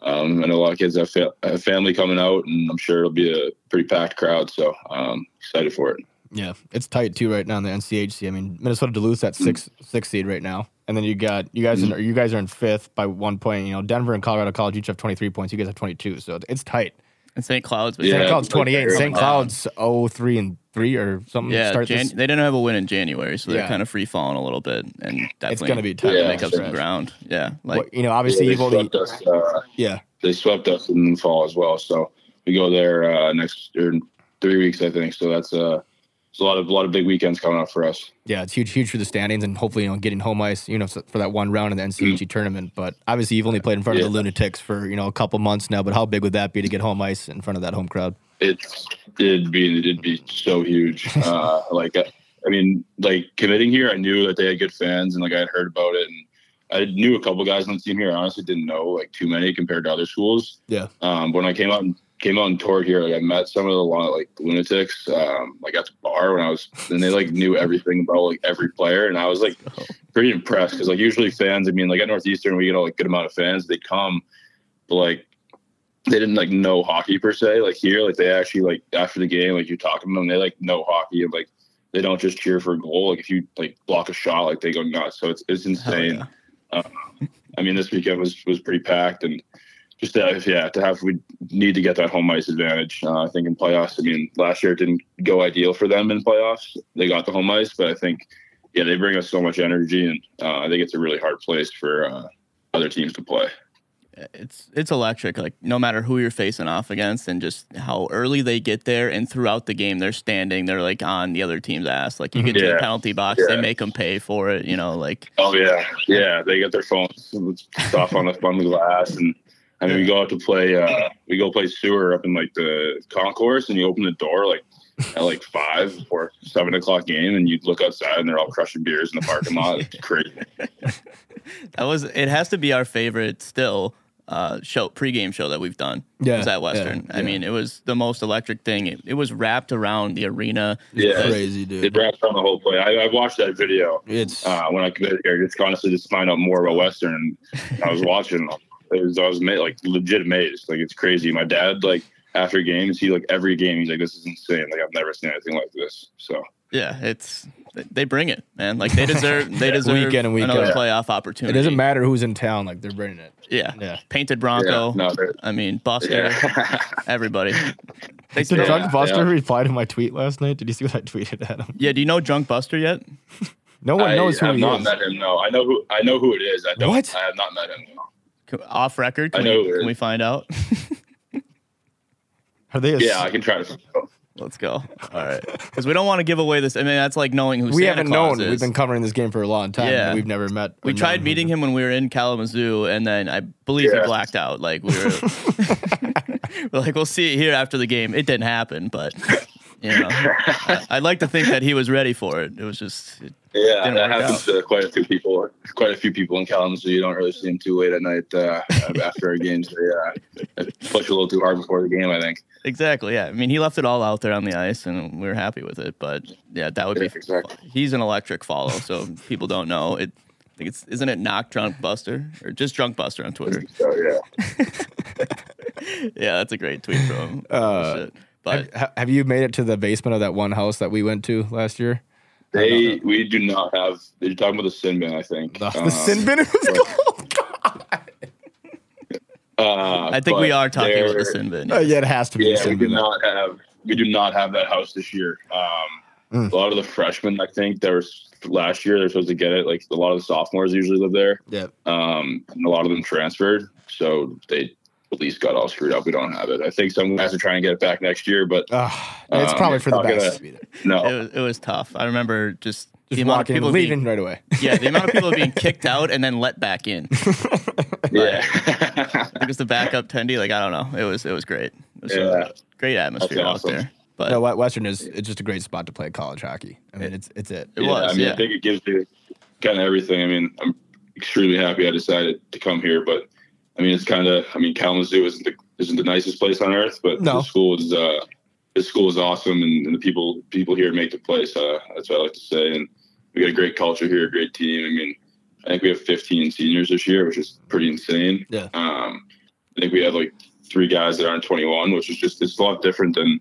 C: um, I know a lot of kids have, fa- have family coming out, and I'm sure it'll be a pretty packed crowd. So um, excited for it.
B: Yeah, it's tight too right now in the NCHC. I mean, Minnesota Duluth's at six six seed right now, and then you got you guys are you guys are in fifth by one point. You know, Denver and Colorado College each have twenty three points. You guys have twenty two, so it's tight.
A: And St. Cloud's.
C: Yeah,
B: St. Cloud's
C: it's like
B: twenty eight.
C: they're
B: St.
C: up.
B: Cloud's 03 and three or something. to
A: Yeah,
B: start
A: Jan-
B: this-
A: they didn't have a win in January, so they're
B: Yeah.
A: kind of free falling a little bit, and definitely
B: gonna be tough
C: to
A: make up some
B: stretch.
A: ground. Yeah, like
B: what- you know, obviously
C: Yeah,
B: you've
C: they
B: only
C: swept us. Uh,
B: yeah
C: they swept us in the fall as well. So we go there uh, next or in three weeks, I think. So that's uh, it's a lot of a lot of big weekends coming up for us.
B: yeah it's huge huge for the standings and hopefully you know getting home ice you know for that one round in the NCHC tournament. But obviously you've only played in front of
C: Mm. Yeah.
B: the Lunatics for you know a couple months now. But how big would that be to get home ice in front of that home crowd?
C: it's it'd be it'd be so huge. Uh, like I, I mean, like committing here, I knew that they had good fans, and like I had heard about it, and I knew a couple guys on the team here. I honestly didn't know like too many compared to other schools.
B: Yeah,
C: Um, when I came out and came out and toured here, like I met some of the lot like lunatics, um, like at the bar when I was, and they like knew everything about like every player, and I was like pretty impressed because like usually fans, I mean, like at Northeastern we get a like, good amount of fans, they come, but like they didn't like know hockey per se. Like here, like they actually like after the game, like you talk to them, they like know hockey and like they don't just cheer for a goal. Like if you like block a shot, like they go nuts. So it's it's insane. Um, I mean, this weekend was was pretty packed and just to, have- yeah to have we need to get that home ice advantage. Uh, I think in playoffs, I mean, last year it didn't go ideal for them in playoffs. They got the home ice, but I think yeah they bring us so much energy, and uh, I think it's a really hard place for uh, other teams to play.
A: it's it's electric. Like no matter who you're facing off against, and just how early they get there, and throughout the game they're standing, they're like on the other team's ass. Like you get to the
C: Mm-hmm. Yeah.
A: penalty box, they
C: Yeah.
A: make them pay for it. You know, like
C: Oh yeah, yeah. They get their phones stuff on the on the glass, and I mean, we go out to play. Uh, we go play sewer up in like the concourse, and you open the door like at like five or seven o'clock game, and you look outside, and they're all crushing beers in the parking lot. It's crazy.
A: that was it has to be our favorite still uh show pregame show that we've done
B: Yeah,
A: was
B: yeah,
A: that western i
B: yeah.
A: mean it was the most electric thing it, it was wrapped around the arena
C: Yeah.
B: crazy
C: It
B: dude.
C: wraps on the whole play. I, I watched that video
B: It's
C: uh, when I committed here, just honestly just to find out more about Western. And I was watching. It was, I was made, like legit amazed. Like it's crazy. My dad like after games, he like every game, he's like, "This is insane. Like I've never seen anything like this." So
A: yeah it's they bring it man like they
B: <laughs>
A: deserve they deserve
B: Weekend and weekend.
A: another
B: Yeah.
A: playoff
B: it
A: opportunity
B: doesn't matter who's in town. Like they're bringing it.
A: yeah
B: Yeah.
A: painted bronco
C: yeah, no, they're-
A: i mean buster
C: yeah. <laughs>
A: everybody they
B: Did
A: still,
C: Yeah.
B: Drunk Buster reply to my tweet last night? Did you see what I tweeted at him?
A: yeah do you know drunk buster yet
B: No one
C: <laughs> I
B: knows who
C: have
B: he
C: not
B: is.
C: met him. No, I know who I know who it is. I don't.
B: What?
C: I have not met him. No.
A: Can- off record
C: I
A: can,
C: know
A: we,
C: it
A: can
C: is.
A: we find out <laughs>
B: Are they? A,
C: Yeah, I can try to.
A: let's go all right because we don't want to give away this i mean that's like knowing who
B: we
A: Santa
B: haven't
A: Claus
B: known.
A: is.
B: We've been covering this game for a long time.
A: Yeah.
B: and we've never met.
A: We tried meeting him when we were in Kalamazoo, and then I believe
C: Yeah.
A: he blacked out.
B: <laughs>
A: Like we were, we're like, we'll see it here after the game. It didn't happen, but You know, I- I'd like to think that he was ready for it. It was just it
C: Yeah,
A: Didn't
C: that
A: work
C: happens to quite a few people. Quite a few people in Kalamazoo. You don't really see them too late at night uh, <laughs> after our games. They, uh, push a little too hard before the game. I think.
A: Exactly. Yeah. I mean, he left it all out there on the ice, and we were happy with it. But yeah, that would be.
C: Yeah, exactly.
A: He's an electric follow, so people don't know it. I think it's isn't it knock drunk Buster or just drunk Buster on
C: <laughs>
A: Twitter?
C: So yeah,
A: Yeah, that's a great tweet from him. Shit. But
B: Ha- Uh, Have you made it to the basement of that one house that we went to last year?
C: they we do not have. They're talking about the sin bin. I think
B: The,
A: <laughs>
C: Um,
B: the sin bin it was called.
C: Uh,
A: I think we
C: but
A: are talking about
C: they're-
A: the sin bin.
B: Uh, <laughs> yeah, it has to be the
C: Yeah, we
B: sin
C: do
B: bin.
C: not have we do not have that house this year.
A: Mm.
C: Um, A lot of the freshmen, I think, that were s- last year they're supposed to get it. Like a lot of the sophomores usually live there.
B: Yep.
C: um, and a lot of them transferred, so they at least got all screwed up. We don't have it. I think some guys are trying to get it back next year, but
B: Ah, it's
C: Um,
B: probably for the
C: not gonna-
B: best.
C: no.
A: It was, it was tough. I remember just, the
B: Just
A: amount
B: walking,
A: of people
B: leaving
A: Being,
B: right
C: <laughs>
B: away.
A: <laughs> yeah, the amount of people
B: <laughs>
A: being kicked out and then let back in.
C: <laughs> yeah,
A: Because the backup tendy, like I don't know, it was it was great. It was
C: Yeah.
A: a great atmosphere
C: awesome.
A: out there. But
B: No, Wet- Western is it's just a great spot to play college hockey. I mean, it's it's it.
A: It
C: Yeah,
A: was,
C: I mean,
A: yeah.
C: I think it gives you kind of everything. I mean, I'm extremely happy I decided to come here, but I mean, it's kind of. I mean, Kalamazoo isn't the isn't the nicest place on earth, but
B: No.
C: the school is. Uh, this school is awesome, and, and the people people here make the place. Uh, that's what I like to say. And we got a great culture here, a great team. I mean, I think we have 15 seniors this year, which is pretty insane.
B: Yeah.
C: Um, I think we have like three guys that aren't 21, which is just it's a lot different than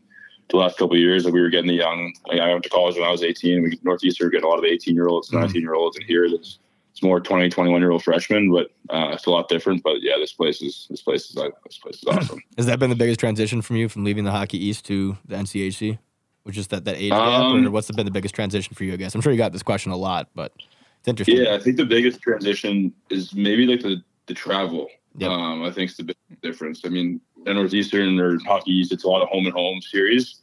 C: the last couple of years that we were getting the young. I, I went to college when I was 18. We Northeastern we get a lot of 18 year olds, 19 year olds, and here it's it's more 20, 21 year old freshmen, but uh, it's a lot different. But yeah, this place is this place is uh, this place is awesome.
B: Has that been the biggest transition from you from leaving the Hockey East to the NCHC? Which is that that age gap,
C: Um,
B: or what's been the biggest transition for you? I guess I'm sure you got this question a lot, but it's interesting.
C: Yeah, I think the biggest transition is maybe like the the travel.
B: Yep.
C: Um, I think it's the big difference. I mean, at Northeastern or Hockey East, it's a lot of home and home series.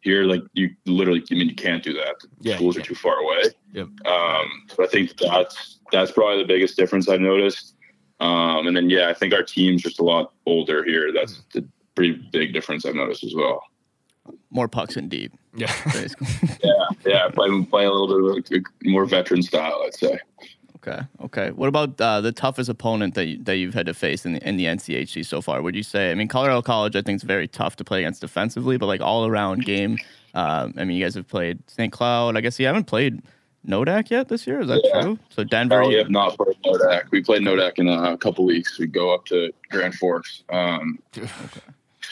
C: Here, like you literally, I mean, you can't do that. The
B: Yeah,
C: schools
B: you
C: are too far away.
B: Yep.
C: Um, so I think that's that's probably the biggest difference I've noticed. Um, and then yeah, I think our team's just a lot older here. That's the pretty big difference I've noticed as well.
A: more pucks and deep,
B: Yeah.
A: basically. <laughs>
C: Yeah, playing play a little bit of a more veteran style, I'd say.
A: Okay. Okay. What about uh, the toughest opponent that you, that you've had to face in the, in the NCHC so far? Would you say? I mean, Colorado College, I think, is very tough to play against defensively, but like all around game. Um, I mean, you guys have played St. Cloud. I guess you haven't played Nodak yet this year. Is that
C: Yeah.
A: true? So Denver.
C: we have not played Nodak. We played Nodak in a couple weeks. We go up to Grand Forks. Um, pretty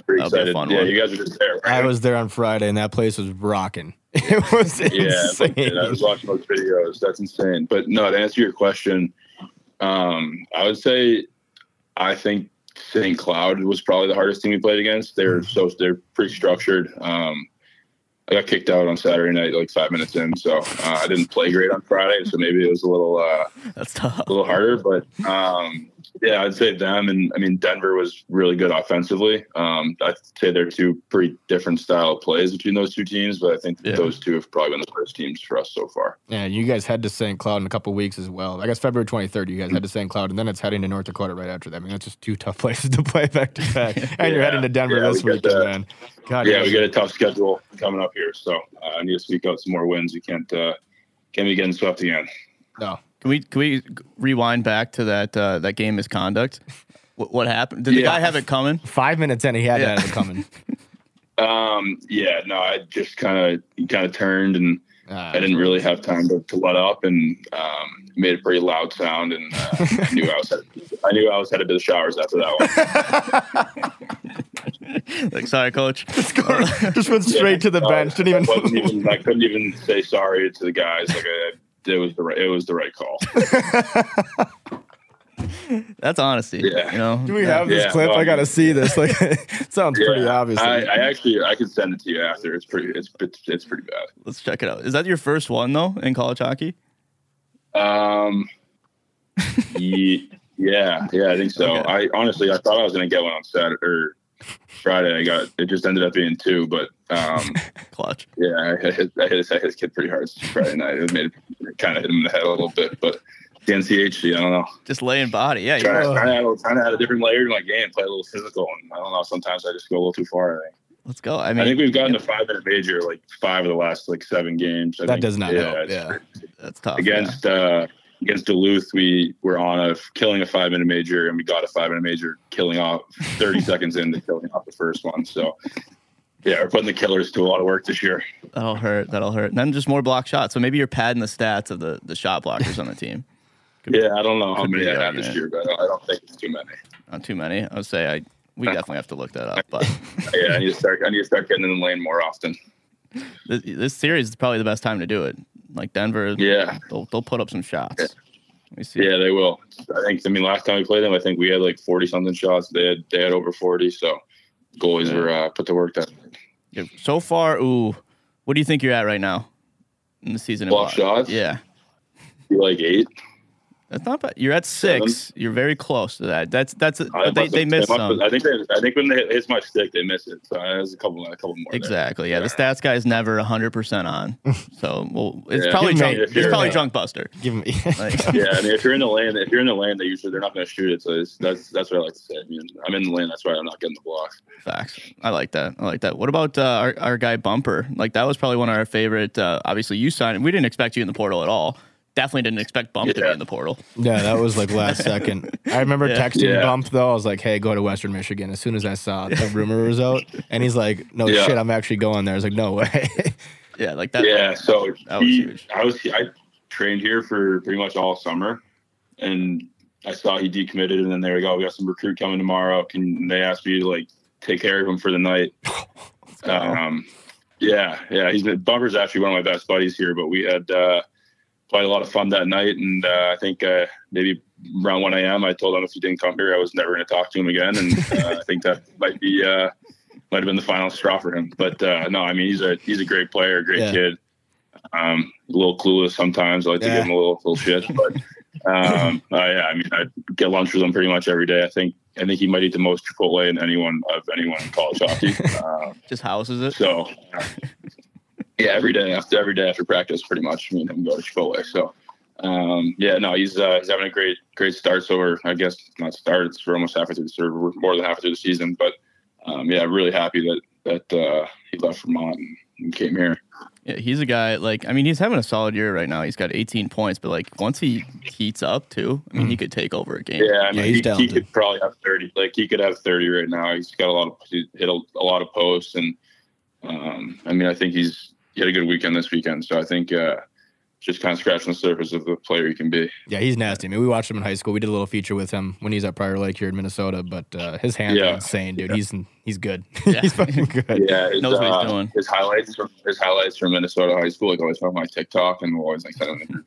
A: That'll be a
C: excited.
A: fun
C: yeah,
A: one.
C: you guys were just there.
B: I
C: Right?
B: was there on Friday, and that place was rocking. <laughs> It was
C: yeah,
B: insane.
C: yeah, I was watching those videos. That's insane. But no, to answer your question, um, I would say I think St. Cloud was probably the hardest team we played against. They're so they're pretty structured. Um, I got kicked out on Saturday night, like five minutes in, so uh, I didn't play great on Friday. So maybe it was a little. Uh,
A: <laughs> That's tough.
C: a little harder, but um, yeah, I'd say them. And I mean, Denver was really good offensively. Um, I'd say they're two pretty different style of plays between those two teams, but I think
A: Yeah.
C: those two have probably been the worst teams for us so far.
B: Yeah, you guys head to St. Cloud in a couple weeks as well. I guess February 23rd, you guys head to St. Cloud, and then it's heading to North Dakota right after that. I mean, that's just two tough <laughs> places to play back to
C: <laughs>
B: back. And you're
C: Yeah,
B: heading to Denver
C: yeah,
B: this
C: we got
B: weekend,
C: that.
B: man. God,
C: yeah,
B: you
C: we
B: guys-
C: got a tough schedule coming up here, so uh, I need to sneak out some more wins. We can't uh, can't be getting swept again.
B: No.
A: Can we can we rewind back to that uh, that game misconduct? What, what happened? Did the
C: Yeah.
A: guy have it coming? <laughs>
B: Five minutes in, he had
A: Yeah.
B: that in coming.
C: <laughs> Um, yeah, no, I just kind of kind of turned and.
B: Uh,
C: I didn't really have time to, to let up and um, made a pretty loud sound. And uh, I knew I was headed, I knew I was headed to the showers after that one.
A: Like, sorry, coach.
B: <laughs>
A: <laughs>
B: just went straight to the
C: Uh,
B: bench.
C: I,
B: Didn't
C: wasn't
B: even. <laughs>
C: even- I couldn't even say sorry to the guys. Like I, it was the right, it was the
B: <laughs>
C: right call.
A: That's honesty.
C: Yeah.
A: You know.
B: Do we have this
C: Yeah,
B: clip?
C: well,
B: I gotta see this. Like, <laughs> it sounds pretty
C: Yeah.
B: obvious.
C: I, I actually I could send it to you after. It's pretty it's it's, it's pretty bad.
A: Let's check it out. Is that your first one though in college hockey?
B: <laughs>
C: Um, ye- yeah, yeah, I think so.
A: Okay.
C: I honestly I thought I was gonna get one on Saturday or Friday. I got it just ended up being two, but
B: <laughs>
C: um,
A: Clutch.
C: Yeah, I hit, I hit, I hit his kid pretty hard Friday night. It made it kind of hit him in the head a little bit, but the NCHC, I don't know.
A: Just laying body. Yeah. you-
C: Trying to, trying, to add, a- trying to add a different layer to my game, play a little physical, and I don't know. Sometimes I just go a little too far. I think.
A: Let's go. I
C: I
A: mean,
C: think we've gotten a five minute major like five of the last like seven games. I
B: That
C: think,
B: does not help.
C: it's-
B: Yeah.
A: that's tough.
C: Against uh, against Duluth, we were on a killing a five minute major, and we got a five minute major, killing off thirty seconds into killing off the first one. So. Yeah, we're putting the killers to a lot of work this year.
A: yeah. that'll hurt. That'll hurt. And then just more block shots. So maybe you're padding the stats of the the shot blockers on the team.
C: Yeah, I don't know how
A: Could be
C: many I
A: the
C: had this year,
A: argument.
C: but I don't- I don't think it's too many.
A: Not too many. I would say I we definitely have to look that up. But
C: Yeah, I need to start. I need to start getting in the lane more often.
A: this, this series is probably the best time to do it. Like Denver,
C: Yeah,
A: they'll they'll put up some shots. Let me see.
C: yeah, they will. I think. I mean, last time we played them, I think we had like forty something shots. They had they had over forty. So goalies were uh, put to work that
A: Yeah, So far, ooh, what do you think you're at right now in the season? in
C: Block shots?
A: Yeah,
C: You like eight.
A: that's not bad. You're at six. You're very close to that. That's that's. But they,
C: must
A: they
C: have-
A: missed
C: must have-
A: some.
C: I think they, I think when they hit my stick, they miss it. So there's a couple a couple more. there.
A: Exactly. Yeah, the stats guy is never 100 percent on. So well, it's
C: Yeah.
A: probably
B: Give him
A: drunk.
B: eight
C: if
A: It's
C: you're-
A: probably drunk buster.
B: Give me. <laughs>
C: <laughs>
A: Like,
C: Yeah, I mean, if you're in the lane, if you're in the lane, they usually they're not going to shoot it. So it's, that's that's what I like to say. I mean, I'm in the lane. That's why I'm not getting the block.
A: Facts. I like that. I like that. What about uh, our, our guy Bumper? Like that was probably one of our favorite. Uh, obviously, you signed. We didn't expect you in the portal at all. Definitely didn't expect Bump to be
C: Yeah.
A: in the portal.
B: Yeah, that was like
C: <laughs>
B: last second. I remember
A: Yeah.
B: texting
C: Yeah.
B: Bump though. I was like, "Hey, go to Western Michigan." As soon as I
C: <laughs>
B: saw the rumor was out, and he's like, "No
C: Yeah.
B: shit, I'm actually going there." I was like, "No way." <laughs>
A: Yeah, like that.
C: yeah, so
A: that was
C: he-
A: huge.
C: I was I trained here for pretty much all summer, and I saw he decommitted, and then there we go. We got some recruit coming tomorrow. Can they asked me to like take care of him for
A: <laughs>
C: the night? um, yeah, yeah. He's been, Bumper's actually one of my best buddies here, but we had uh, quite a lot of fun that night, and uh, I think uh, maybe around one a.m. I told him if he didn't come here, I was never going to talk to him again, and uh, I think that <laughs> might be. Uh, might have been the final straw for him, but uh, no, I mean he's a he's a great player, great
B: Yeah.
C: kid um, a little clueless sometimes. I like to
B: Yeah.
C: give him a little, little shit, but
B: <laughs>
C: um, I, I mean, I get lunch with him pretty much every day. I think I think he might eat the most Chipotle in anyone of anyone in college
B: <laughs>
C: hockey. Uh,
A: Just houses it.
C: so uh, yeah, every day after every day after practice, pretty much me and him go to Chipotle. So um, yeah, no, he's uh, he's having a great great start. So we're I guess not start. It's we're almost halfway through the server. We're more than halfway through the season, but um, yeah, really happy that that uh, he left Vermont and came here.
A: Yeah, he's a guy like I mean he's having a solid year right now. He's got 18 points, but like once he heats up too, I mean he could take over a game.
C: Mm-hmm. Yeah, I mean,
B: Yeah, he's
C: he- he,
B: talented.
C: could probably have thirty. Like he could have thirty right now. He's got a lot of he hit a, a lot of posts, and um, I mean, I think he's he had a good weekend this weekend. So I think uh, just kind of scratching the surface of the player he can be.
B: yeah, he's nasty. I mean, we watched him in high school. We did a little feature with him when he's at Prior Lake here in Minnesota. But uh, his hands are
C: Yeah.
B: insane, dude. He's he's good. <laughs>
A: Yeah.
B: he's fucking good.
C: Yeah, his,
A: Knows what he's
C: uh,
A: doing.
C: His highlights from his highlights from Minnesota high school. Like always put on my TikTok, and we'll always like send him in the group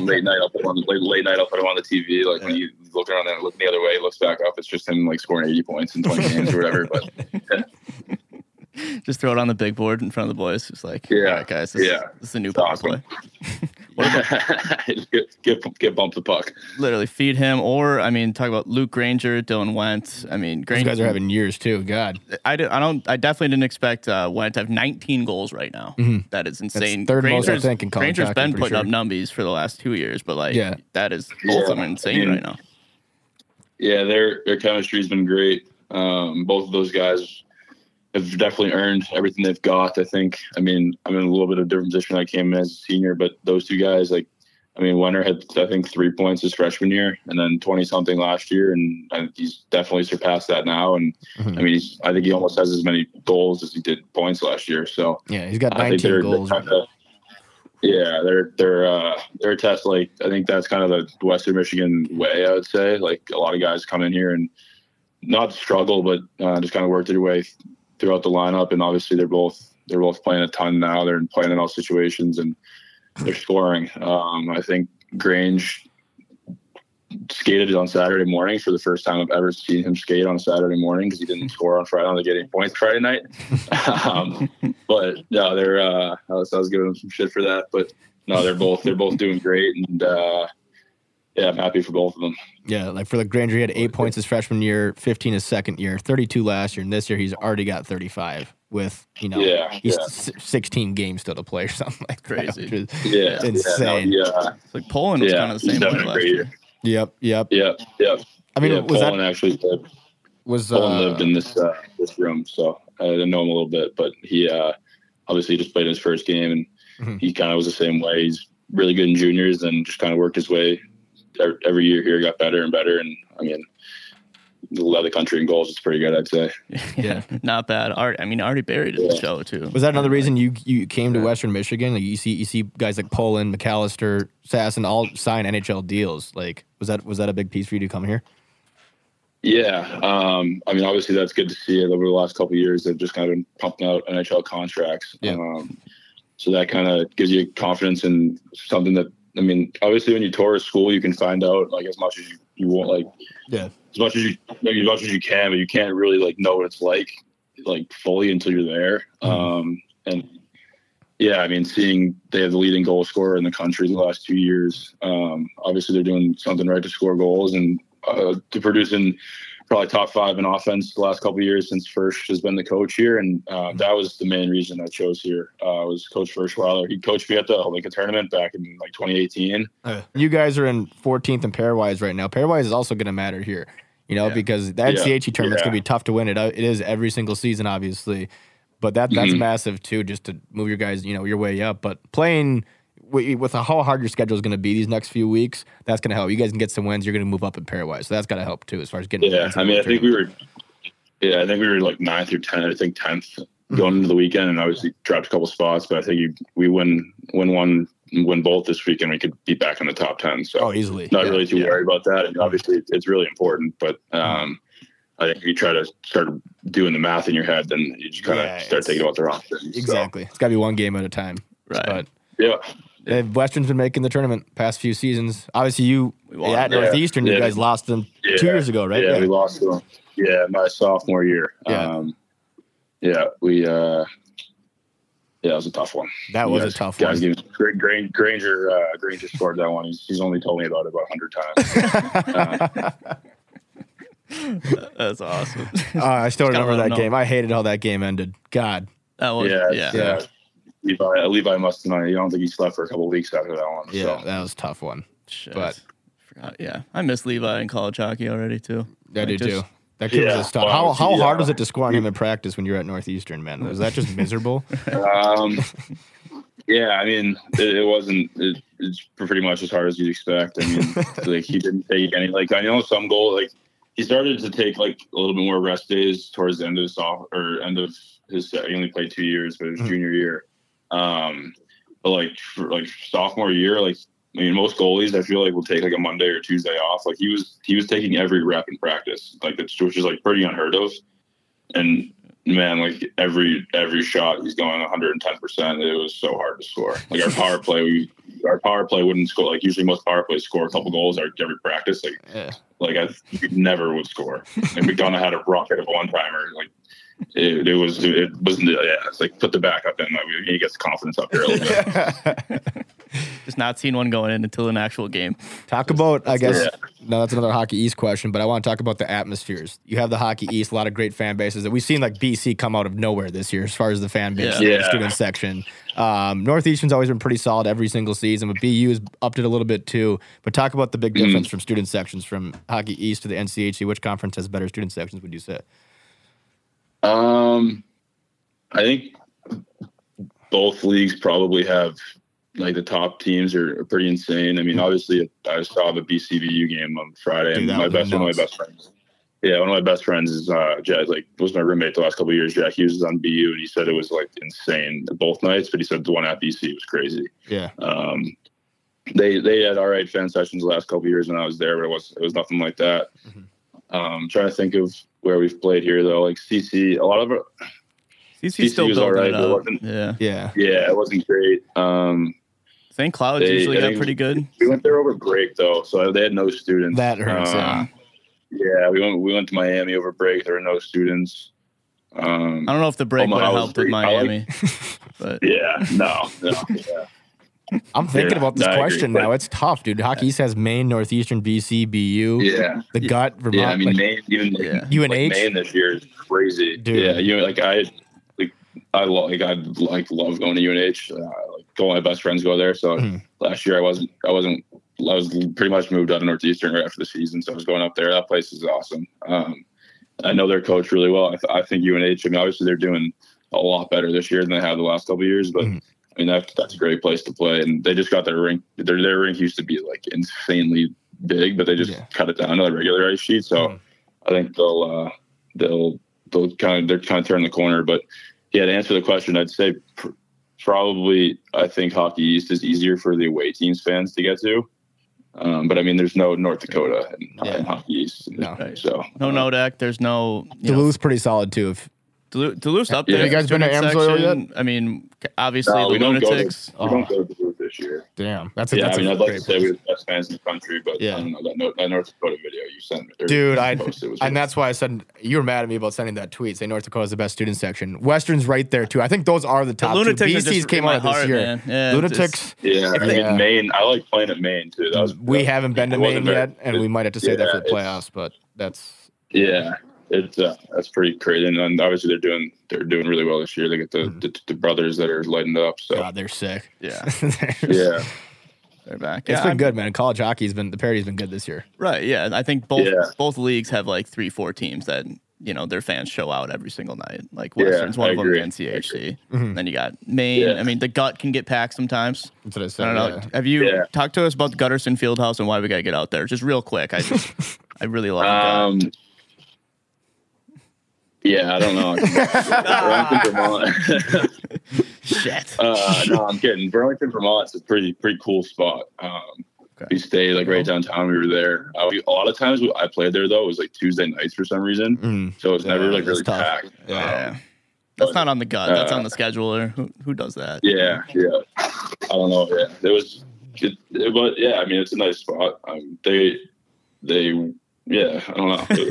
A: <laughs>
C: late night, I'll put him on late, late night. I'll put him on the TV. Like when you look around and looking the other way, he looks back up. It's just him like scoring eighty points in twenty games or whatever. But
A: <laughs>
C: <laughs>
A: Just throw it on the big board in front of the boys. It's like,
C: Yeah.
A: all right, guys, this,
C: Yeah.
A: this is a new
C: It's
A: power
C: awesome.
A: play. <laughs>
C: <laughs> get, get get bumped the puck.
A: Literally feed him, or I mean, talk about Luke Granger, Dylan Wentz. I mean,
B: These
A: Granger.
B: guys are having years too. God,
A: I, did, I don't. I definitely didn't expect uh, Wentz to have 19 goals right now. That is insane.
B: Mm-hmm. third most, I think, in college
A: Granger's
B: hockey,
A: been
B: I'm
A: putting
B: pretty
A: up numbies for the last two years, but like,
B: Yeah.
A: that is
C: Yeah. Mm-hmm.
A: both of them are insane
C: I mean,
A: right now.
C: yeah, their their chemistry's been great. Um, both of those guys have definitely earned everything they've got. I think. I mean, I'm in a little bit of a different position. I came in as a senior, but those two guys, like, I mean, Wenner had I think three points his freshman year, and then 20 something last year, and I, he's definitely surpassed that now. And I mean, he's, I think he almost has as many goals as he did points last year. So
B: yeah, he's got
C: I think
B: 19
C: they're-
B: goals.
C: they're kinda- yeah, they're they're uh, they're a test. Like I think that's kind of the Western Michigan way. I would say like a lot of guys come in here and not struggle, but uh, just kind of work their way throughout the lineup. And obviously, they're both they're both playing a ton now. They're playing in all situations and they're scoring. Um, I think Grange skated on Saturday morning for the first time I've ever seen him skate on Saturday morning because he didn't score on Friday. I don't think he had any points Friday night. <laughs> um, but no, they're uh, I was, I was giving them some shit for that, but no, they're both they're both doing great, and uh, yeah, I'm happy for both of them.
B: Yeah, like for like Granger, he had eight points his freshman year, fifteen his second year, thirty-two last year, and this year he's already got thirty-five with you know
C: Yeah,
B: he's
C: yeah.
B: s- sixteen games still to play <laughs> or something like that.
A: Crazy.
B: which is-
C: Yeah,
B: It's insane.
C: Yeah, no,
A: It's like Poland
C: yeah,
A: was
C: yeah.
A: kind of the
C: he's
A: same
C: having
A: way
C: a
A: last
C: great
A: year.
C: year.
B: Yep, yep.
C: Yep, yep.
B: I mean,
C: yeah,
B: was
C: Poland
B: that
C: actually lived,
B: was
C: Poland
B: uh,
C: lived in this uh, this room, so I didn't know him a little bit, but he uh, obviously just played his first game, and
B: Mhm.
C: he kind of was the same way. He's really good in juniors, and just kind of worked his way ev- every year here. Got better and better, and I mean, led the country in goals. It's pretty good, I'd say.
A: yeah, <laughs> not bad. Art, I mean, already buried in the
C: Yeah.
A: show too.
B: Was that another reason you you came to Western Michigan? Like you see you see guys like Poland, McAllister, Sasson all sign NHL deals. Like was that was that a big piece for you to come here?
C: Yeah, um, I mean, obviously that's good to see. Over the last couple of years, they've just kind of been pumping out NHL contracts.
B: Yeah.
C: Um, so that kind of gives you confidence in something that I mean, obviously when you tour a school, you can find out like as much as you, you want, like
B: Yeah.
C: as much as you like, as much as you can, but you can't really like know what it's like like fully until you're there. Um, and yeah, I mean, seeing they have the leading goal scorer in the country the last two years. Um, obviously, they're doing something right to score goals and uh, to produce in probably top five in offense the last couple of years since Firsch has been the coach here, and uh, that was the main reason I chose here. Uh, was Coach Firschweiler. He coached me at the Olinka tournament back in like 2018.
B: you guys are in 14th and pairwise right now. Pairwise is also going to matter here, you know,
A: Yeah.
B: because the
C: Yeah.
B: NCHE tournament's
C: Yeah.
B: going to be tough to win. It Uh, it is every single season, obviously, but that that's
C: Mhm.
B: massive too, just to move your guys, you know, your way up. But playing wi- with how hard your schedule is going to be these next few weeks, that's going to help. You guys can get some wins. You're going to move up in pairwise, so that's got to help too, as far as getting.
C: Yeah,
B: into the
C: I mean, I think we
B: tournament.
C: were. Yeah, I think we were like ninth or tenth. I think tenth
B: Mm-hmm.
C: going into the weekend, and obviously dropped a couple spots. But I think you, we win win one, win both this weekend. We could be back in the top ten. So
B: oh easily
C: not
B: Yeah.
C: really too
B: Yeah. Mm-hmm.
C: worried about that. And obviously, it's- it's really important. But um, I think if you try to start doing the math in your head, then you just kind of
B: Yeah,
C: start
B: it's-
C: thinking about the wrong things. So,
B: Exactly, it's got to be one game at a time.
A: Right.
B: But
C: yeah.
B: Uh, Western's been making the tournament past few seasons. Obviously, you
A: won.
B: at
C: Yeah.
B: Northeastern, you
C: Yeah.
B: guys lost them
C: Yeah.
B: two years ago, right?
C: Yeah, we lost to them. Yeah, my sophomore year.
B: Yeah.
C: Um, yeah, we. Uh, yeah, it was a tough one.
B: that was
C: Yes,
B: a tough
C: guys,
B: one.
C: Guys, Gra- Gra- Granger uh, Granger scored that one. He's, he's only told me about it about hundred
B: <laughs>
C: times.
A: <laughs> That's awesome.
B: Uh, I still
A: gotta
B: remember
A: let
B: that
A: 'em know.
B: game. I hated how that game ended. God,
A: That was
C: yeah,
A: yeah.
C: yeah. Levi, Levi must have. I don't think he slept for a couple of weeks after that one.
B: yeah,
C: so.
B: that was a tough one.
A: Shit.
B: But-
A: Forgot. yeah, I miss Levi in college hockey already too.
B: I
A: Like,
B: do
A: just-
B: too. That kid
C: Yeah,
B: was a stud. How
C: well,
B: how
C: yeah.
B: hard was it to score on him in practice when you were at Northeastern, man? Was that
C: <laughs>
B: just miserable?
C: Um, yeah, I mean, it, it wasn't. It, it's pretty much as hard as you'd expect. I mean, like he didn't take any. Like I know some goal. Like he started to take like a little bit more rest days towards the end of his off or end of his. He only played two years, but his
B: Mhm.
C: junior year. Um, but like for, like sophomore year, like I mean, most goalies I feel like will take like a Monday or Tuesday off. Like he was he was taking every rep in practice, like that's which is like pretty unheard of. And man, like every every shot he's going 110. percent It was so hard to score. Like our power play, we our power play wouldn't score. Like usually most power plays score a couple goals our, every practice. Like
B: Yeah.
C: like I we never would score. And McDonough had a rocket of one timer. Like it, it was it wasn't yeah. It's like put the back up in. Like he gets confidence up here a little bit.
A: Just not seen one going in until an actual game.
B: Talk about, I guess.
C: Yeah.
B: No, that's another Hockey East question, but I want to talk about the atmospheres. You have the Hockey East, a lot of great fan bases that we've seen, like BC, come out of nowhere this year as far as the fan base,
A: Yeah.
B: and the
C: Yeah.
B: student section. Um, Northeastern's always been pretty solid every single season, but BU's upped it a little bit too. But talk about the big
C: Mm-hmm.
B: difference from student sections from Hockey East to the NCHC. Which conference has better student sections? Would you say?
C: Um, I think both leagues probably have like the top teams are, are pretty insane. I mean, obviously, I saw the BCBU game on Friday,
B: Dude,
C: and
B: that
C: my
B: was
C: best one of
B: nuts.
C: my best friends. Yeah, one of my best friends is uh, Jack, like was my roommate the last couple of years. Jack Hughes is on BU, and he said it was like insane both nights. But he said the one at BC was crazy.
B: Yeah,
C: Um, they they had all right fan sessions the last couple of years when I was there, but it was it was nothing like that.
B: Mm-hmm.
C: Um, trying to think of where we've played here though, like CC, a lot of
A: CC still
C: was all
A: built
C: right,
A: that
C: but it
A: up.
C: wasn't-
A: Yeah,
B: yeah,
C: yeah, it wasn't great. Um,
A: St. Cloud's
C: They-
A: usually
C: I
A: got
C: think-
A: pretty good.
C: we went there over break though, so they had no students.
B: that hurts. yeah.
C: Um, yeah, we went we went to Miami over break. There were no students. Um,
A: I don't know if the break would
C: Omaha
A: have
C: was
A: helped with
C: pretty- I like- <laughs>
A: Miami, but
C: yeah, no, no, yeah.
B: I'm thinking
C: yeah,
B: about this
C: no, I agree,
B: question
C: but-
B: now. It's tough, dude. Hockey East has Maine, Northeastern, BC, BU,
C: yeah.
B: the gut, Vermont.
C: Yeah, I mean,
B: like-
C: Maine, even
A: Yeah.
B: UNH?
C: like Maine this year is crazy.
B: Dude.
C: Yeah, you know, like I, like I love, like I like love going to UNH. Uh, like all my best friends go there. So
B: Mhm.
C: last year I wasn't, I wasn't, I was pretty much moved out of Northeastern right after the season. So I was going up there. That place is awesome. Um, I know their coach really well. I, th- I think UNH. I mean, obviously they're doing a lot better this year than they have the last couple of years, but.
B: Mm-hmm.
C: I mean that's that's a great place to play, and they just got their rink. Their their rink used to be like insanely big, but they just
B: Yeah. Mm-hmm.
C: cut it down to the regular ice sheet. So I think they'll uh, they'll they'll kind of they're kind of turning the corner. But yeah, to answer the question, I'd say pr- probably I think Hockey East is easier for the away teams fans to get to. Um, but I mean, there's no North Dakota and,
B: Yeah.
C: Hockey East,
B: No.
A: Right.
C: so
A: No Nodak. There's no you know,
B: Duluth's pretty solid too. If
A: Duluth, Duluth's up there.
C: Have you
D: guys been to
A: Student
D: Amsoil
A: section. I mean, c- obviously
C: No,
A: the
C: we don't go.
A: lunatics.
C: To, we don't go to Duluth this year.
D: Damn, that's a,
C: Yeah, I
D: oh. that's
C: mean,
D: a
C: I'd like
D: great
C: to say we're the best fans in the country, but um,
D: Yeah.
C: I don't know that, North, that North Dakota video you sent me, or
D: dude. I
C: posted was
D: and that's why I said you were mad at me about sending that tweet saying North Dakota's the best student section. Western's right there too. I think those are the top
A: Lunatics
D: two.
A: are
D: BC's
A: just
D: came
A: in my
D: out this
A: heart,
D: year.
A: man. Yeah,
D: lunatics.
C: yeah. I mean,
D: Yeah.
C: Maine. I like playing at Maine too. That was,
D: we haven't been to
C: it wasn't
D: Maine
C: very-
D: yet, and we might have to say that
C: yeah,
D: for the
C: it's-
D: playoffs. But that's
C: Yeah, it's uh, that's pretty crazy, and then obviously they're doing they're doing really well this year. They get the the, the brothers that are lighting it up. So
D: Mm-hmm. God, <laughs> they're sick.
A: Yeah,
C: yeah,
A: they're back.
D: It's
A: Yeah,
D: been
A: I'm-
D: good, man. College hockey's been the parity's been good this year.
A: Right. Yeah. and I think both
C: Yeah.
A: both leagues have like three, four teams that you know their fans show out every single night. Like
C: Yeah,
A: Western's one
C: I
A: of them,
C: agree.
A: and CHC.
D: Mhm.
A: Then you got Maine.
C: Yeah.
A: I mean, the gut can get packed sometimes.
D: That's what I said.
A: I don't know.
D: yeah.
A: Have you
C: Yeah.
A: talked to us about the Gutterson Fieldhouse and why we gotta get out there? Just real quick. I just I really
D: Oh,
A: love it.
C: um, yeah, I
D: <laughs>
C: don't know. Burlington, Vermont.
A: Shit.
C: uh, no,
D: <laughs>
C: I'm kidding. Burlington, Vermont's a pretty pretty cool spot. Um,
A: Okay.
C: We stayed like right downtown. We were there. Uh, we, a lot of times we, I played there though. It was like Tuesday nights for some reason,
D: Mm.
C: so it's never
D: Yeah,
C: like
D: it's
C: really
D: tough.
C: packed.
A: yeah. That's not on the gut. That's
C: uh,
A: on the scheduler. Who, who does that?
C: Yeah, yeah. I don't know. Yeah, there was, it, it- but yeah, I mean, it's a nice spot. Um, they, they, yeah, I don't know.
D: <laughs>
C: It-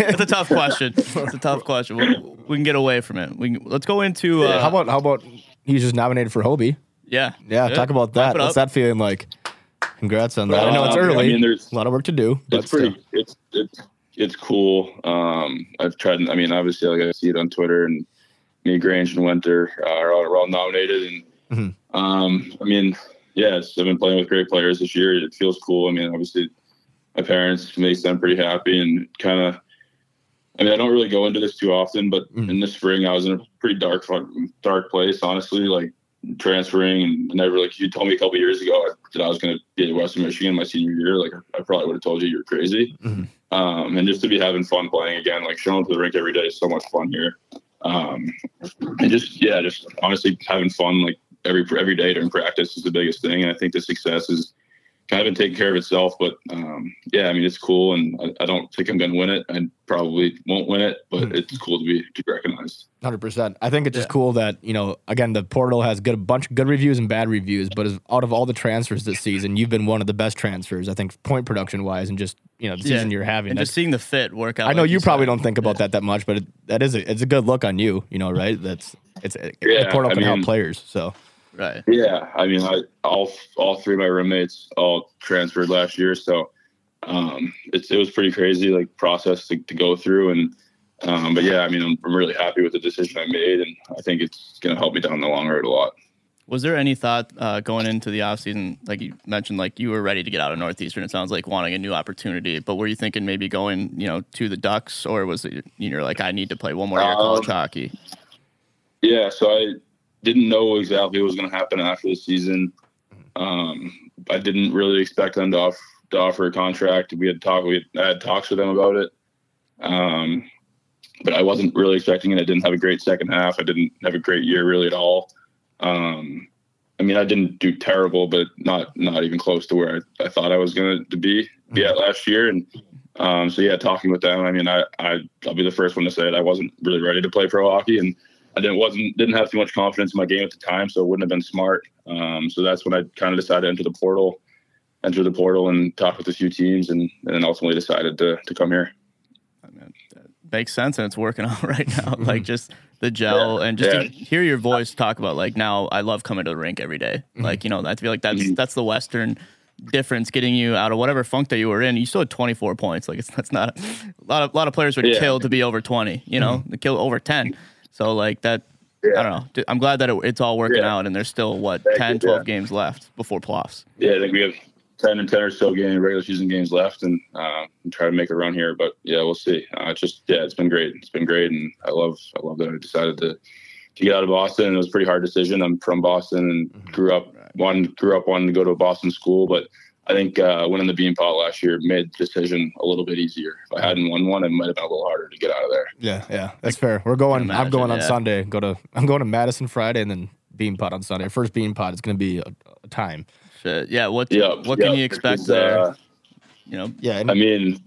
A: <laughs> It's a tough question. It's a tough question. We, we can get away from it. We can, let's go into uh,
D: How about how about he's just nominated for Hobie?
A: yeah
D: Yeah, talk about that.
A: it
D: What's
A: up.
D: that feeling like? Congrats on that. I know it's
C: Um,
D: early.
C: I mean, there's
D: a lot of work to do. But
C: it's pretty.
D: still.
C: It's it's it's cool. Um, I've tried. I mean, obviously, like I see it on Twitter, and me, Grange, and Winter uh, are all, are all nominated. And um, I mean, yes, I've been playing with great players this year. It feels cool. I mean, obviously, my parents makes them pretty happy, and kind of. I mean, I don't really go into this too often, but
D: Mhm.
C: in the spring, I was in a pretty dark, fucking dark place. Honestly, like transferring and never like you told me a couple years ago that I was going to be at Western Michigan my senior year, like I probably would have told you you're crazy.
D: Mhm.
C: Um, and just to be having fun playing again, like showing up to the rink every day is so much fun here. Um, and just yeah, just honestly having fun like every every day during practice is the biggest thing. And I think the success is kind of been taking care of itself. But um, yeah, I mean it's cool, and I, I don't think I'm going to win it, and probably won't win it. But
D: Mhm.
C: it's cool to be to be recognized.
D: Hundred percent. I think it's just cool that you know. Again, the portal has good a bunch of good reviews and bad reviews, but as, out of all the transfers this season, you've been one of the best transfers. I think point production wise, and just you know the
A: Yeah.
D: season you're having.
A: and just
D: That's-
A: seeing the fit work out.
D: I know
A: like
D: you probably
A: said.
D: don't think about that that much, but it, that is a, it's a good look on you. You know, right? That's it's it, the
C: Yeah,
D: portal
C: I
D: can help
C: mean-
D: players. So
A: Right.
C: Yeah, I mean, I, all all three of my roommates all transferred last year, so um, it's it was pretty crazy like process to, to go through. And um, but yeah, I mean, I'm, I'm really happy with the decision I made, and I think it's going to help me down the long road a lot.
A: Was there any thought uh, going into the offseason, like you mentioned, like you were ready to get out of Northeastern? It sounds like wanting a new opportunity, but were you thinking maybe going, you know, to the Ducks, or was it you're like, I need to play one more year of college
C: Um,
A: hockey?
C: Yeah, so I didn't know exactly what was going to happen after the season. Um, I didn't really expect them to, off, to offer a contract. We had talk, we had, I had talks with them about it, um, but I wasn't really expecting it. I didn't have a great second half. I didn't have a great year really at all. Um, I mean, I didn't do terrible, but not not even close to where I, I thought I was going to be be at last year. And um, so yeah, talking with them. I mean, I, I I'll be the first one to say it. I wasn't really ready to play pro hockey, and I didn't wasn't didn't have too much confidence in my game at the time, so it wouldn't have been smart. Um, so that's when I kind of decided to enter the portal, enter the portal, and talk with a few teams, and, and then ultimately decided to to come here.
A: Makes sense, and it's working <laughs> out right now. like just the gel, and just to
C: yeah.
A: hear your voice talk about like now, I love coming to the rink every day. Like you know, I feel like that's
C: Mhm.
A: that's the Western difference getting you out of whatever funk that you were in you still had 24 points like it's that's not a lot of lot of players would
C: Yeah.
A: kill to be over 20 you know they kill over 10 so like that I don't know. D- I'm glad that it, it's all working
C: Yeah.
A: out and there's still what
C: Thank
A: 10,
C: you,
A: 12
C: yeah.
A: games left before playoffs.
C: Yeah, I think we have ten and ten or so game regular season games left, and uh, and try to make a run here. But yeah, we'll see. Uh, it's just yeah, it's been great. It's been great, and I love I love that I decided to to get out of Boston. It was a pretty hard decision. I'm from Boston
A: Mm-hmm.
C: and grew up one grew up wanting to go to a Boston school, but I think uh, winning the Beanpot last year made the decision a little bit easier. If I hadn't won one, it might have been a little harder to get out of there.
B: Yeah, yeah, that's fair. We're going.
A: Can
B: I'm going on
A: imagine, yeah.
B: Sunday. Go to. I'm going to Madison Friday and then Beanpot on Sunday. First Beanpot is going to be a, a time.
A: Shit. Yeah. What
C: Yeah.
A: What
C: yeah,
A: can you
C: because,
A: expect there?
C: uh,
A: you know.
B: Yeah, and
C: I mean,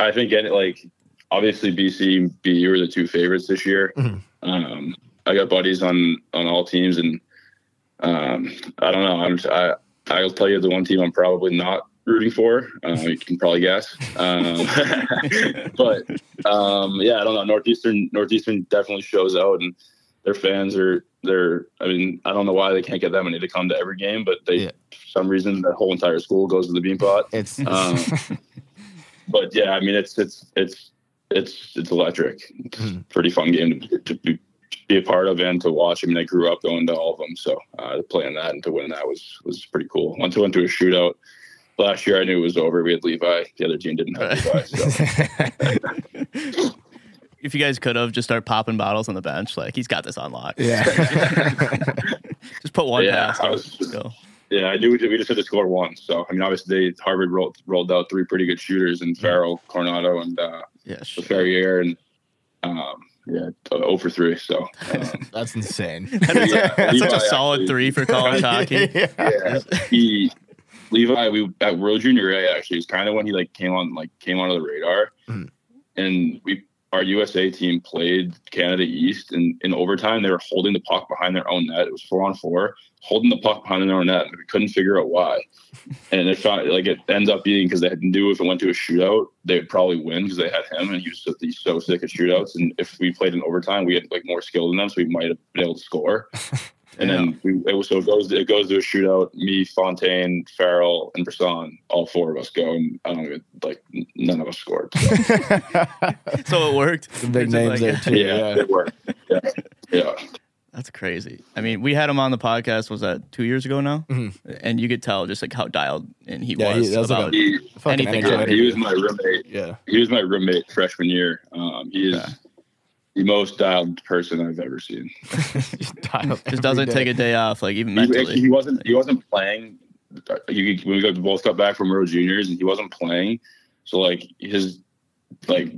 C: I think any, like obviously BC and BU were the two favorites this year. Um, I got buddies on on all teams, and um, I don't know. I'm I I'll tell you the one team I'm probably not rooting for. Uh, you can probably guess, um, <laughs> but um, yeah, I don't know. Northeastern Northeastern definitely shows out, and their fans are they're. I mean, I don't know why they can't get that many to come to every game, but they
B: Yeah.
C: for some reason the whole entire school goes to the Beanpot.
B: it's
D: <laughs>
C: <laughs>
A: <laughs>
C: Um, but yeah, I mean, it's it's it's it's it's electric. It's
A: Hmm.
C: a pretty fun game to, to be to be a part of and to watch. I mean, I grew up going to all of them, so uh, to play in that and to win that was was pretty cool. Once I went to a shootout last year, I knew it was over. We had Levi. The other team didn't have Levi.
A: <laughs>
C: So.
A: If you guys could have just start popping bottles on the bench, like he's got this on lock.
B: yeah.
A: <laughs> Just put one
C: Yeah,
A: pass.
C: I was-
A: go.
C: Yeah, I knew we, we just had to score one. So I mean, obviously, they, Harvard rolled rolled out three pretty good shooters
A: Hmm.
C: in Farrell, Coronado, and uh,
A: Yeah. Sure.
C: Ferrier, and um, yeah, zero for three. So.
A: <laughs>
C: Um,
B: that's
C: <laughs>
B: insane.
C: yeah,
A: Such
C: Levi
A: a solid
C: actually-
A: three for
C: <laughs>
A: college hockey.
C: yeah, he Levi. We at World Junior A actually is kind of when he like came on like came onto the radar,
B: Mhm.
C: and we our USA team played Canada East, and in overtime they were holding the puck behind their own net. It was four on four, holding the puck behind their own net. and We couldn't figure out why, and it found, like it ends up being because they knew if it went to a shootout they would probably win because they had him, and he was so, he's so sick at shootouts. And if we played in overtime, we had like more skill than them, so we might have been able to score. And then we, it was, so it goes it goes to a shootout. Me, Fontaine, Farrell, and Brisson, all four of us go, and I don't even like n- none of us scored. So,
A: So it worked.
B: Some big
A: It's just
B: names
A: like-
B: there too.
C: yeah,
B: Yeah.
C: it worked. Yeah, yeah,
A: That's crazy. I mean, we had him on the podcast. Was that two years ago now? And you could tell just like how dialed in he
B: Mm-hmm. Yeah, he-
A: was.
B: that was like
A: about,
B: a-
C: he,
B: Fucking
A: Anything
B: NHL
C: yeah, he
B: interview.
C: was my
D: <laughs>
C: roommate.
B: Yeah.
C: He was my roommate freshman year. Um, he is
A: Okay.
C: the most dialed person I've ever seen.
A: just doesn't take a day off, like even
C: He, he
A: mentally.
C: wasn't he wasn't playing. Uh, You, when we got, both got back from World Juniors, and he wasn't playing. So like his like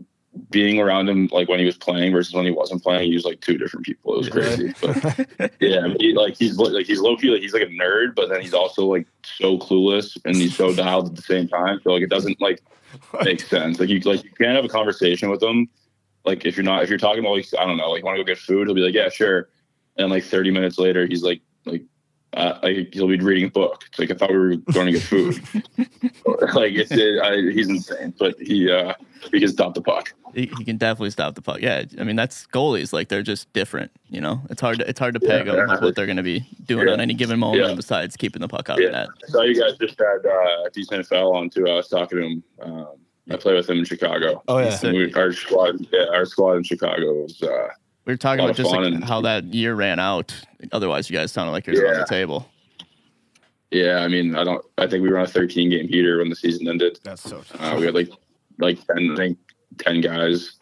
C: being around him like when he was playing versus when he wasn't playing, he was like two different people. It was crazy. But yeah, I mean, he, like he's li- like he's low key like he's like a nerd, but then he's also like so clueless and he's so dialed at the same time. So like it doesn't like make sense. Like you like you can't have a conversation with him. Like if you're not if you're talking about like I don't know like want to go get food, he'll be like yeah sure, and like 30 minutes later he's like like. Uh, like he'll be reading a book. It's like I thought we were going to get food. <laughs> like it's it, I, he's insane, but he uh, he can stop the puck.
A: He, he can definitely stop the puck. Yeah, I mean that's goalies. Like they're just different. You know, it's hard to it's hard to peg
C: Yeah,
A: out
C: exactly.
A: what they're going to be doing
C: Yeah.
A: on any given moment
C: Yeah.
A: besides keeping the puck out
C: Yeah.
A: of that.
C: I saw you guys just had uh, decent foul on too. I was talking to him. Um, I play with him in Chicago.
B: Oh yeah.
A: He's
C: And we, our squad, yeah, our squad in Chicago was. Uh,
A: We were talking
C: Lot
A: about
C: of
A: just
C: fun
A: like
C: and-
A: how that year ran out. Otherwise, you guys sounded like you're on
C: Yeah.
A: the table.
C: yeah, I mean, I don't. I think we were on a 13 game heater when the season ended.
B: That's so.
C: Uh, we had like like 10, I think 10 guys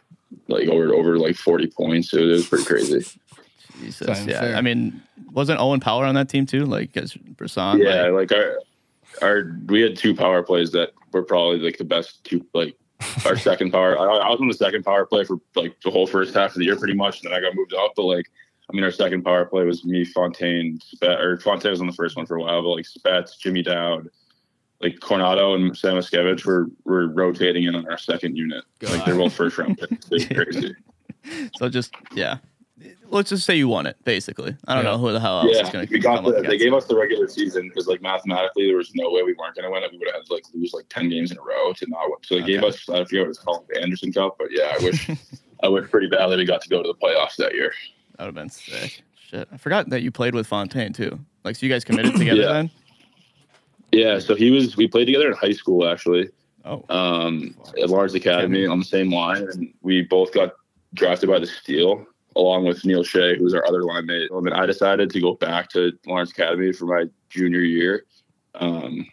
C: like over over like 40 points. It was, it was pretty crazy.
A: Jesus,
B: Sounds
A: yeah.
B: fair.
A: I mean, wasn't Owen Power on that team too? Like, as Brisson,
C: yeah,
A: like,
C: like our our we had two power plays that were probably like the best two like our second power. I, I was on the second power play for like the whole first half of the year pretty much, and then I got moved up. But like, I mean, our second power play was me, Fontaine, Spat, or Fontaine was on the first one for a while, but like Spats, Jimmy Dowd. Like Coronado and Sam Miskevich were, were rotating in on our second unit. Like they're both first round picks. It's crazy.
A: so just yeah. Let's just say you won it, basically. I don't know who the hell else is
C: Yeah,
A: going
C: we
A: to
C: got
A: come up
C: the, they
A: against
C: gave
A: it.
C: us the regular season because like mathematically there was no way we weren't going to win it. We would have had to like lose like ten games in a row to not win. So they gave
A: Okay.
C: us I don't forget what it's called the Anderson Cup, but yeah,
A: <laughs>
C: I wish I wish pretty badly we got to go to the playoffs that year.
A: That would have been sick. Shit, I forgot that you played with Fontaine too. Like, so you guys
C: <clears throat>
A: committed together
C: Yeah.
A: then?
C: Yeah, so he was we played together in high school actually
A: Oh,
C: um, at Lawrence Academy on the same line, and we both got drafted by the Steel along with Neil Shea, who was our other line mate. And then I decided to go back to Lawrence Academy for my junior year. Um,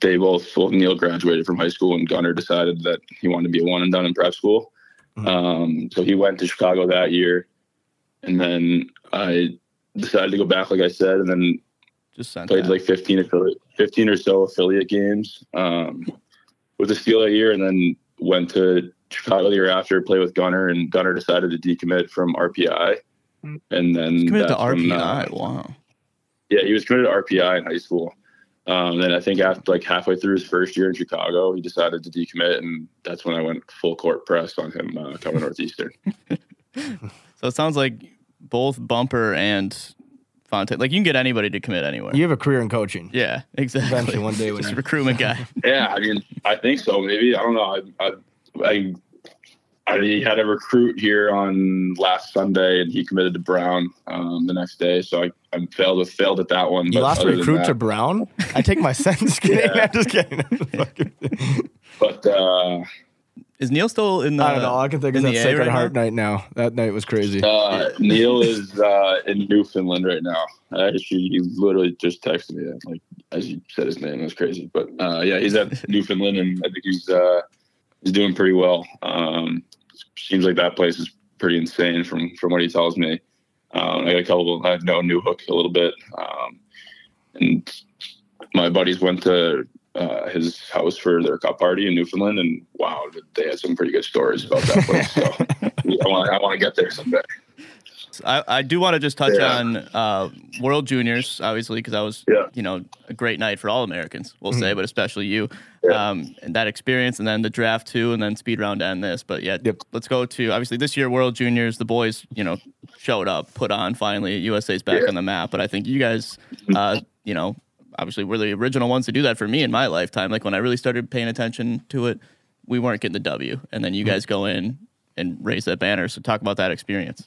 C: they both well, Neil graduated from high school, and Gunner decided that he wanted to be a one and done in prep school. Mm-hmm. Um, so he went to Chicago that year, and then I decided to go back, like I said, and then
A: just played
C: that. like 15, affiliate, 15 or so affiliate games um, with the Steel that year, and then went to Chicago the year after, played with Gunner, and Gunner decided to decommit from RPI, and then
A: He's committed to RPI. From, uh, wow.
C: Yeah, he was committed to RPI in high school. Um, then I think after like halfway through his first year in Chicago, he decided to decommit, and that's when I went full court press on him uh, coming Northeastern.
A: so it sounds like both Bumper and Fontaine, like you can get anybody to commit anywhere.
D: You have a career in coaching.
A: Yeah, <laughs> exactly.
D: Eventually, one day when
A: Just
D: you- <laughs>
A: recruitment guy.
C: yeah, I mean, I think so. Maybe I don't know. I I, I, I had a recruit here on last Sunday, and he committed to Brown um, the next day. So I, I failed with, failed at that one.
D: You lost a recruit that, to
C: <laughs>
D: Brown? I take my <laughs> sentence. kidding.
C: Yeah.
D: I'm just kidding.
C: <laughs> but uh,
A: Is Neil still in the?
D: I don't know. All I can think is
A: in
D: that
A: the A
D: Sacred
A: right
D: Heart
A: now?
D: night now. That night was crazy. <laughs>
C: uh, Neil is uh, in Newfoundland right now. I actually, he literally just texted me. That, like as you said, his name it was crazy. But uh, yeah, he's at Newfoundland, and I think he's uh, he's doing pretty well. Um, seems like that place is pretty insane from from what he tells me. Um, I got a couple. I know New Hook a little bit, um, and my buddies went to uh, his house for their cup party in Newfoundland, and wow, they had some pretty good stories about that place. So I want I want to get there someday.
A: I, I do want to just touch
C: Yeah.
A: on uh, World Juniors, obviously, because that was,
C: Yeah.
A: you know, a great night for all Americans, we'll say, but especially you.
C: Yeah.
A: Um, and that experience, and then the draft too, and then speed round to end this. But yeah,
D: Yep.
A: let's go to obviously this year World Juniors. The boys, you know, showed up, put on finally. USA's back
C: Yeah.
A: on the map, but I think you guys, uh, you know, obviously were the original ones to do that for me in my lifetime. Like when I really started paying attention to it, we weren't getting the W, and then you guys go in and raise that banner. So talk about that experience.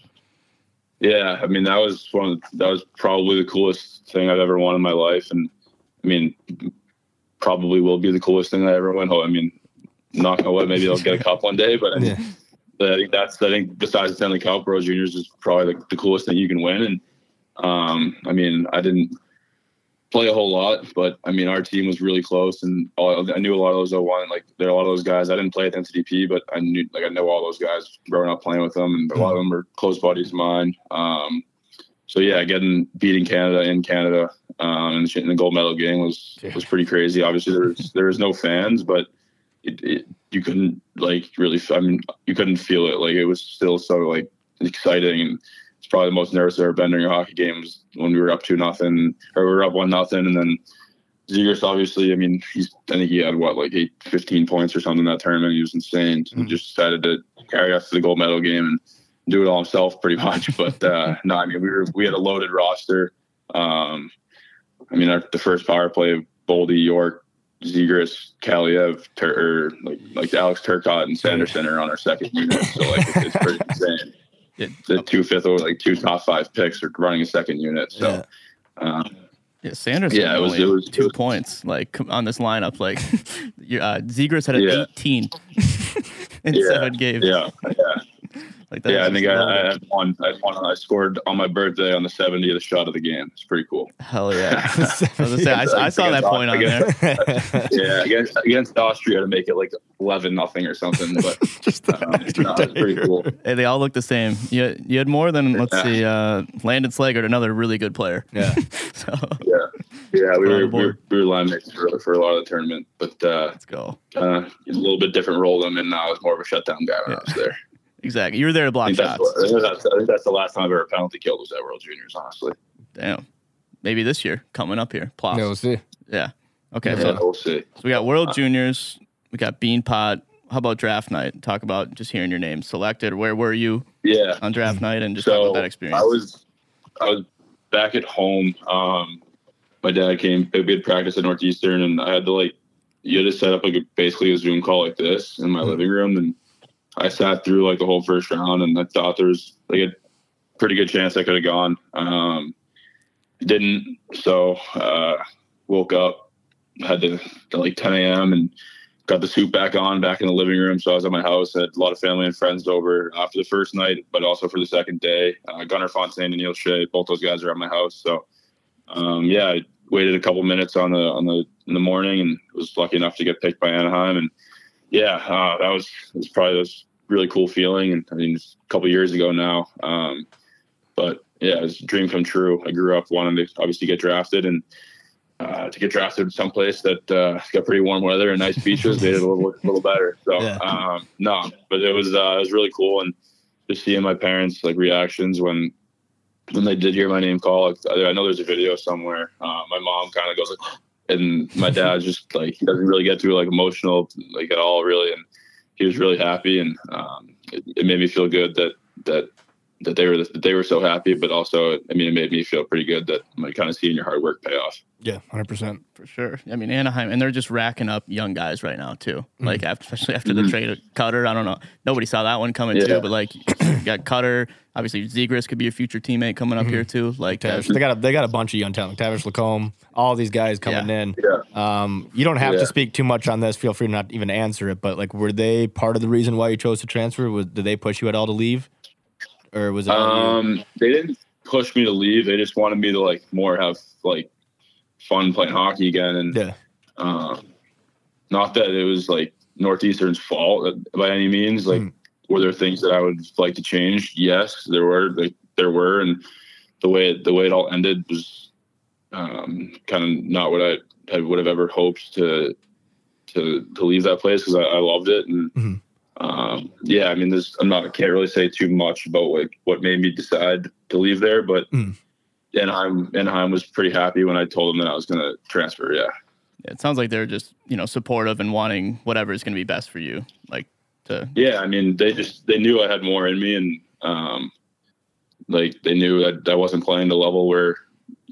C: Yeah, I mean that was one. Of the, that was probably the coolest thing I've ever won in my life, and I mean, probably will be the coolest thing I ever win. I mean, knock on wood, maybe I'll get a cup one day. But I,
D: Yeah.
C: but I think that's I think besides the Stanley Cup, World Juniors is probably the, the coolest thing you can win. And um, I mean, I didn't play a whole lot, but I mean, our team was really close, and all, I knew a lot of those I wanted. Like there are a lot of those guys I didn't play at the NCDP, but I knew like I know all those guys growing up playing with them, and a lot of them are close buddies of mine. Um, so yeah, getting beating Canada in Canada um, and in the gold medal game was was pretty crazy. Obviously, there was there was no fans, but it, it, you couldn't like really. I mean, you couldn't feel it. Like it was still so like exciting and it's probably the most nervous I've ever been during a hockey game was when we were up two nothing or we were up one nothing and then Zegers obviously I mean he's I think he had what like eight, 15 points or something in that tournament he was insane so he just decided to carry us to the gold medal game and do it all himself pretty much but uh, no I mean we were we had a loaded roster um, I mean our, the first power play of Boldy York Zegers Kaliev Tur- or like like Alex Turcott and Sanderson are on our second unit so like it's, it's pretty insane
A: It-
C: the two fifth or like two top five picks are running a second unit. So yeah,
A: Yeah, Sanderson.
C: Yeah, it was-
A: only
C: it was-
A: two
C: it was-
A: points like com- on this lineup. Like, <laughs> your, uh, Zegers had an
C: Yeah.
A: <laughs> 18 in
C: Yeah,
A: seven games.
C: yeah,
A: <laughs>
C: yeah.
A: like that
C: yeah I
A: was
C: think I, I
A: loaded.
C: had one. I had one. I scored on my birthday on the 70th shot of the game. It's pretty
A: <laughs>
C: cool.
A: hell
C: <laughs>
A: yeah. I was gonna say, I, I saw that point on there.
C: Yeah, against against Austria to make it like 11 nothing or something.
A: <laughs>
C: But
D: <laughs>
B: <laughs>
D: Just
C: um, no, it's pretty cool.
A: Hey, they all look the same. You had, you had more than let's
C: Yeah.
A: see, uh, Landon Slagard, another really good player.
D: Yeah.
A: <laughs> so
C: Yeah, yeah. We were, we
A: Unbelievable.
C: were we were line mates for, for a lot of the tournament, but uh,
A: let's go.
C: uh, a little bit different role than and I was more of a shutdown guy when I was there.
A: Exactly. You were there to
C: I
A: block
C: think, that's,
A: shots.
C: what- I think that's- I think that's the last time I've ever penalty killed was at World Juniors, honestly.
A: Damn. Maybe this year coming up here. Plop.
D: No, we'll see.
A: Yeah. Okay.
C: Yeah,
A: So
C: we'll see.
A: So we got
C: Uh,
A: World Juniors, we got Bean Pot. How about draft night? Talk about just hearing your name selected. Where were you
C: Yeah.
A: on draft night, and just
C: so
A: talk about that experience?
C: I was I was back at home. Um, my dad came. We had practice at Northeastern, and I had to like you had to set up like a, basically a Zoom call like this in my
A: Hmm.
C: living room, and I sat through like the whole first round, and I thought there was like a pretty good chance I could have gone. Um, didn't. So uh, woke up, had to at like 10 a.m. and got the suit back on, back in the living room. So I was at my house, had a lot of family and friends over uh, for the first night, but also for the second day. Uh, Gunnar Fontaine and Neil Shea, both those guys are at my house. So um, yeah, I waited a couple minutes on the on the in the morning and was lucky enough to get picked by Anaheim. And yeah, uh, that was was probably this really cool feeling. And I mean, it's a couple years ago now, um, but yeah, it's a dream come true. I grew up wanting to obviously get drafted and. Uh, to get drafted someplace that uh, got pretty warm weather and nice beaches made it a little, little better. So
B: Yeah.
C: um, no, but it was uh, it was really cool and just seeing my parents like reactions when when they did hear my name call. Like, I I know there's a video somewhere. Uh, my mom kind of goes like, and my dad just like he doesn't really get through like emotional like at all really, and he was really happy and um, it, it made me feel good that that. That they were that they were so happy, but also, I mean, it made me feel pretty good that like kind of seeing your hard work pay off.
B: Yeah, hundred percent.
A: for sure. I mean Anaheim, and they're just racking up young guys right now too.
C: Mm-hmm.
A: Like after, especially after the trade of Cutter, I don't know. Nobody saw that one coming
C: Yeah.
A: too. But like, you got Cutter. Obviously, Zegris could be a future teammate coming up
C: Mm-hmm.
A: here too. Like, uh,
B: Tavish. They got a, they got a bunch of young talent. Tavish Lacombe, all these guys coming
A: Yeah.
B: in.
C: Yeah.
B: Um, you don't have
C: Yeah.
B: to speak too much on this. Feel free to not even answer it. But like, were they part of the reason why you chose to transfer? Was did they push you at all to leave, or was it? all you?
C: Um, they didn't push me to leave. They just wanted me to like more have like fun playing hockey again, and
B: yeah,
C: um, not that it was like Northeastern's fault uh, by any means. Like,
B: Mm.
C: were there things that I would like to change? Yes, there were. Like, there were, and the way the way it all ended was um, kind of not what I, I would have ever hoped to to to leave that place because I, I loved it and.
B: Mhm.
C: Um, yeah, I mean, this, I'm not, I can't really say too much about like what made me decide to leave there, but
B: Mm.
C: Anaheim, Anaheim was pretty happy when I told them that I was going to transfer. Yeah.
A: it sounds like they're just you know supportive and wanting whatever is going to be best for you. Like, to
C: <laughs> yeah i mean they just they knew i had more in me and um like they knew that i wasn't playing the level where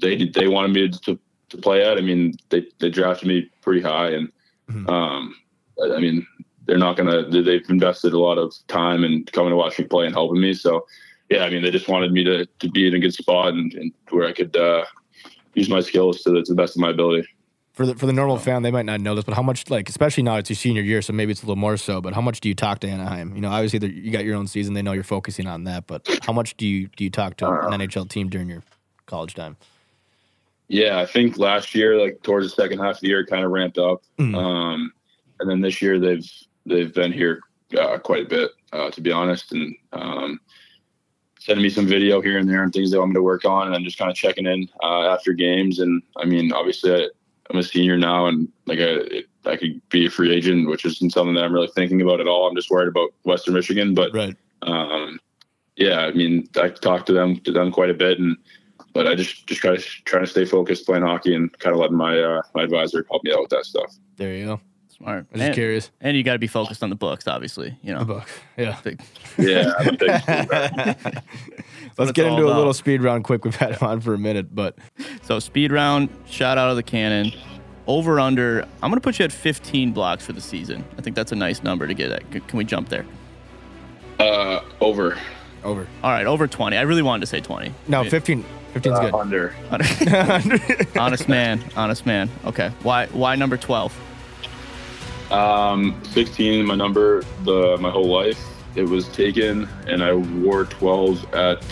C: they they wanted me to to play at i mean they they drafted me pretty high and
B: Mhm.
C: um I, I mean they're not gonna they- they've invested a lot of time and coming to watch me play and helping me so yeah i mean they just wanted me to to be in a good spot and, and where i could uh use my skills to the, to the best of my ability
B: for the for the normal fan, they might not know this, but how much like especially now it's your senior year, so maybe it's a little more so. But how much do you talk to Anaheim? You know, obviously they're- you got your own season; they know you're focusing on that. But how much do you do you talk to
C: Uh,
B: an NHL team during your college time?
C: Yeah, I think last year, like towards the second half of the year, it kind of ramped up,
B: Mm.
C: um, and then this year they've they've been here uh, quite a bit, uh, to be honest, and um, sending me some video here and there and things they want me to work on, and I'm just kind of checking in uh, after games. And I mean, obviously, I, I'm a senior now, and like I it, I could be a free agent, which isn't something that I'm really thinking about at all. I'm just worried about Western Michigan, but
B: Right.
C: um, yeah, I mean, I talked to them to them quite a bit, and but I just just kind of trying to stay focused, playing hockey, and kind of letting my uh, my advisor help me out with that stuff.
B: There you go.
A: smart.
B: I was just
A: And,
B: curious.
A: and you got to be focused on the books, obviously. You
B: The
A: know,
B: book. Yeah.
A: Big-
C: Yeah, <laughs> I'm a big fan.
B: Let's
A: it's
B: get
A: all
B: into a
A: about.
B: little speed round
D: <laughs>
B: quick. We've had him on for a minute, but
A: So speed round, shot out of the cannon. Over under. I'm gonna put you at 15 blocks for the season. I think that's a nice number to get at. C- Can we jump there?
C: uh, over
B: over.
A: All right, over 20. I really wanted to say 20.
B: No,
A: Yeah.
B: 15. 15's
C: Uh,
B: good.
C: under.
A: honest man, honest man. Okay. Why why number 12?
C: Um, 16, my number, the my whole life. It was taken, and I wore 12 at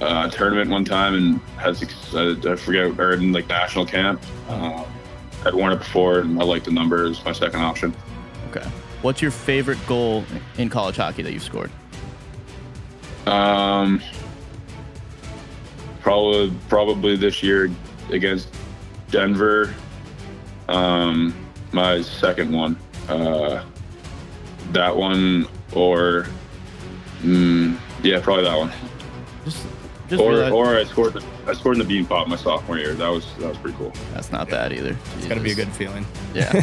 C: uh, a tournament one time, and had six, I, I forget, or in like national camp. Uh, I'd worn it before, and I liked the number. It was my second option.
A: Okay. What's your favorite goal in college hockey that you've scored?
C: Um, probably probably this year against Denver. Um, my second one, uh, that one or mm, yeah, probably that one.
A: Just just
C: Or
A: realize-
C: or I scored the, I scored in the bean pot my sophomore year. That was that was pretty cool.
A: that's not bad either. It's
B: It's gotta be a good feeling. <laughs>
A: Yeah.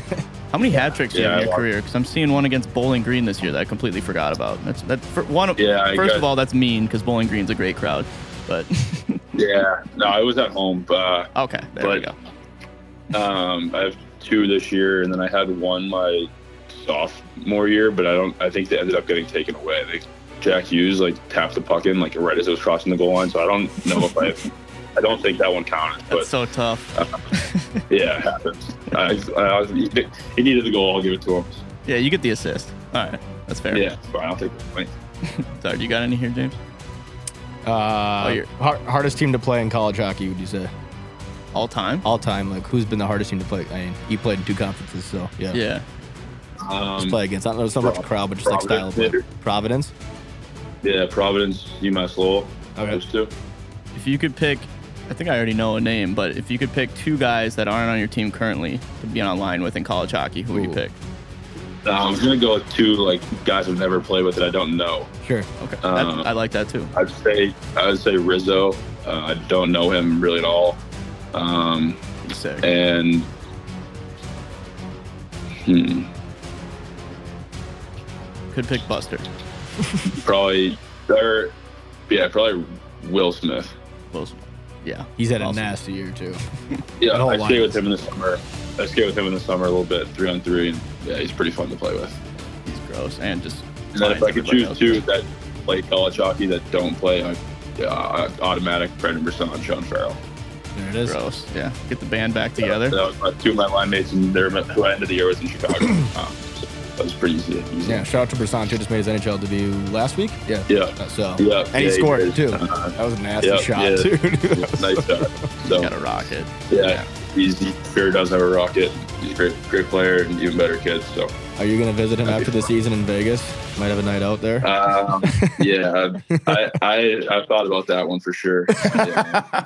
A: How many hat tricks do you
C: Yeah,
A: have
C: I
A: in your
C: love-
A: career? Because I'm seeing one against Bowling Green this year that I completely forgot about. That's that for one.
C: Yeah, I
A: first
C: got-
A: of all, that's mean because Bowling Green's a great crowd. But <laughs>
C: Yeah, no, I was at home, but. Uh,
A: okay, there we
C: But-
A: go.
C: Um, I have two this year, and then I had one my sophomore year, but I don't. I think they ended up getting taken away. They, Jack Hughes like tapped the puck in like right as it was crossing the goal line, so I don't know if I. I don't think that one counted,
A: That's
C: but
A: so tough.
C: yeah, it happens. I, I, I, he needed the goal. I'll give it to him.
A: Yeah, you get the assist. All right, that's fair.
C: Yeah, it's fine. I'll take the point.
A: Sorry, you got any here, James?
B: Uh,
A: Oh, you're-
D: Uh,
B: har- hardest team to play in college hockey, would you say?
A: all time.
D: all time. Like who's been the hardest team to play? I mean, you played in two conferences, so yeah.
A: Yeah.
C: Um,
D: Just play against. Not so much crowd, but just like style. of play. Providence.
C: Providence. Yeah, Providence, UMass Lowell.
D: Okay.
C: Those two.
A: If you could pick, I think I already know a name, but if you could pick two guys that aren't on your team currently to be on line with in college hockey, who would you
D: Ooh.
A: pick?
C: Uh, I was gonna go with two like guys I've never played with that I don't know.
D: Sure.
A: Okay.
C: Uh,
A: That- I like that too.
C: I'd say I would say Rizzo. Uh, I don't know him really at all. Um,
A: Pretty sick.
C: and hmm,
A: Could pick Buster.
C: probably or yeah, probably Will Smith.
A: Close. Yeah.
D: He's had
A: Awesome.
D: a nasty year too.
C: Yeah,
D: whole
C: I
D: line
C: skate with
D: is-
C: him in the summer. I skate with him in the summer a little bit, three on three, and yeah, he's pretty fun to play with.
A: He's gross and just.
C: And then if
A: finds
C: I could
A: everybody
C: choose
A: else.
C: two that play college hockey that don't play, I, yeah, I- automatic Brendan Brisson and Sean Farrell.
D: There it is.
A: Gross. Yeah. Get the band back together.
C: That was my, two of my line mates, and they're who I ended the year with in Chicago. um, so that was pretty easy. easy.
D: Yeah. Shout out to Brisson too. Just made his NHL debut last week. Yeah.
C: Yeah.
D: Uh, So
C: Yeah,
D: and
C: yeah,
D: he
C: he
D: scored
C: did.
D: too.
C: Uh-huh.
D: that was a nasty
C: Yeah,
D: shot <laughs>
C: yeah.
D: too.
C: nice shot. So
A: Got to rock it.
C: yeah, he's, he sure does have a rocket. He's a great, great player and even better kid. So
D: Are you gonna visit him after the season in Vegas? Might have a night out there.
C: um, yeah, I, I I thought about that one for sure. Yeah.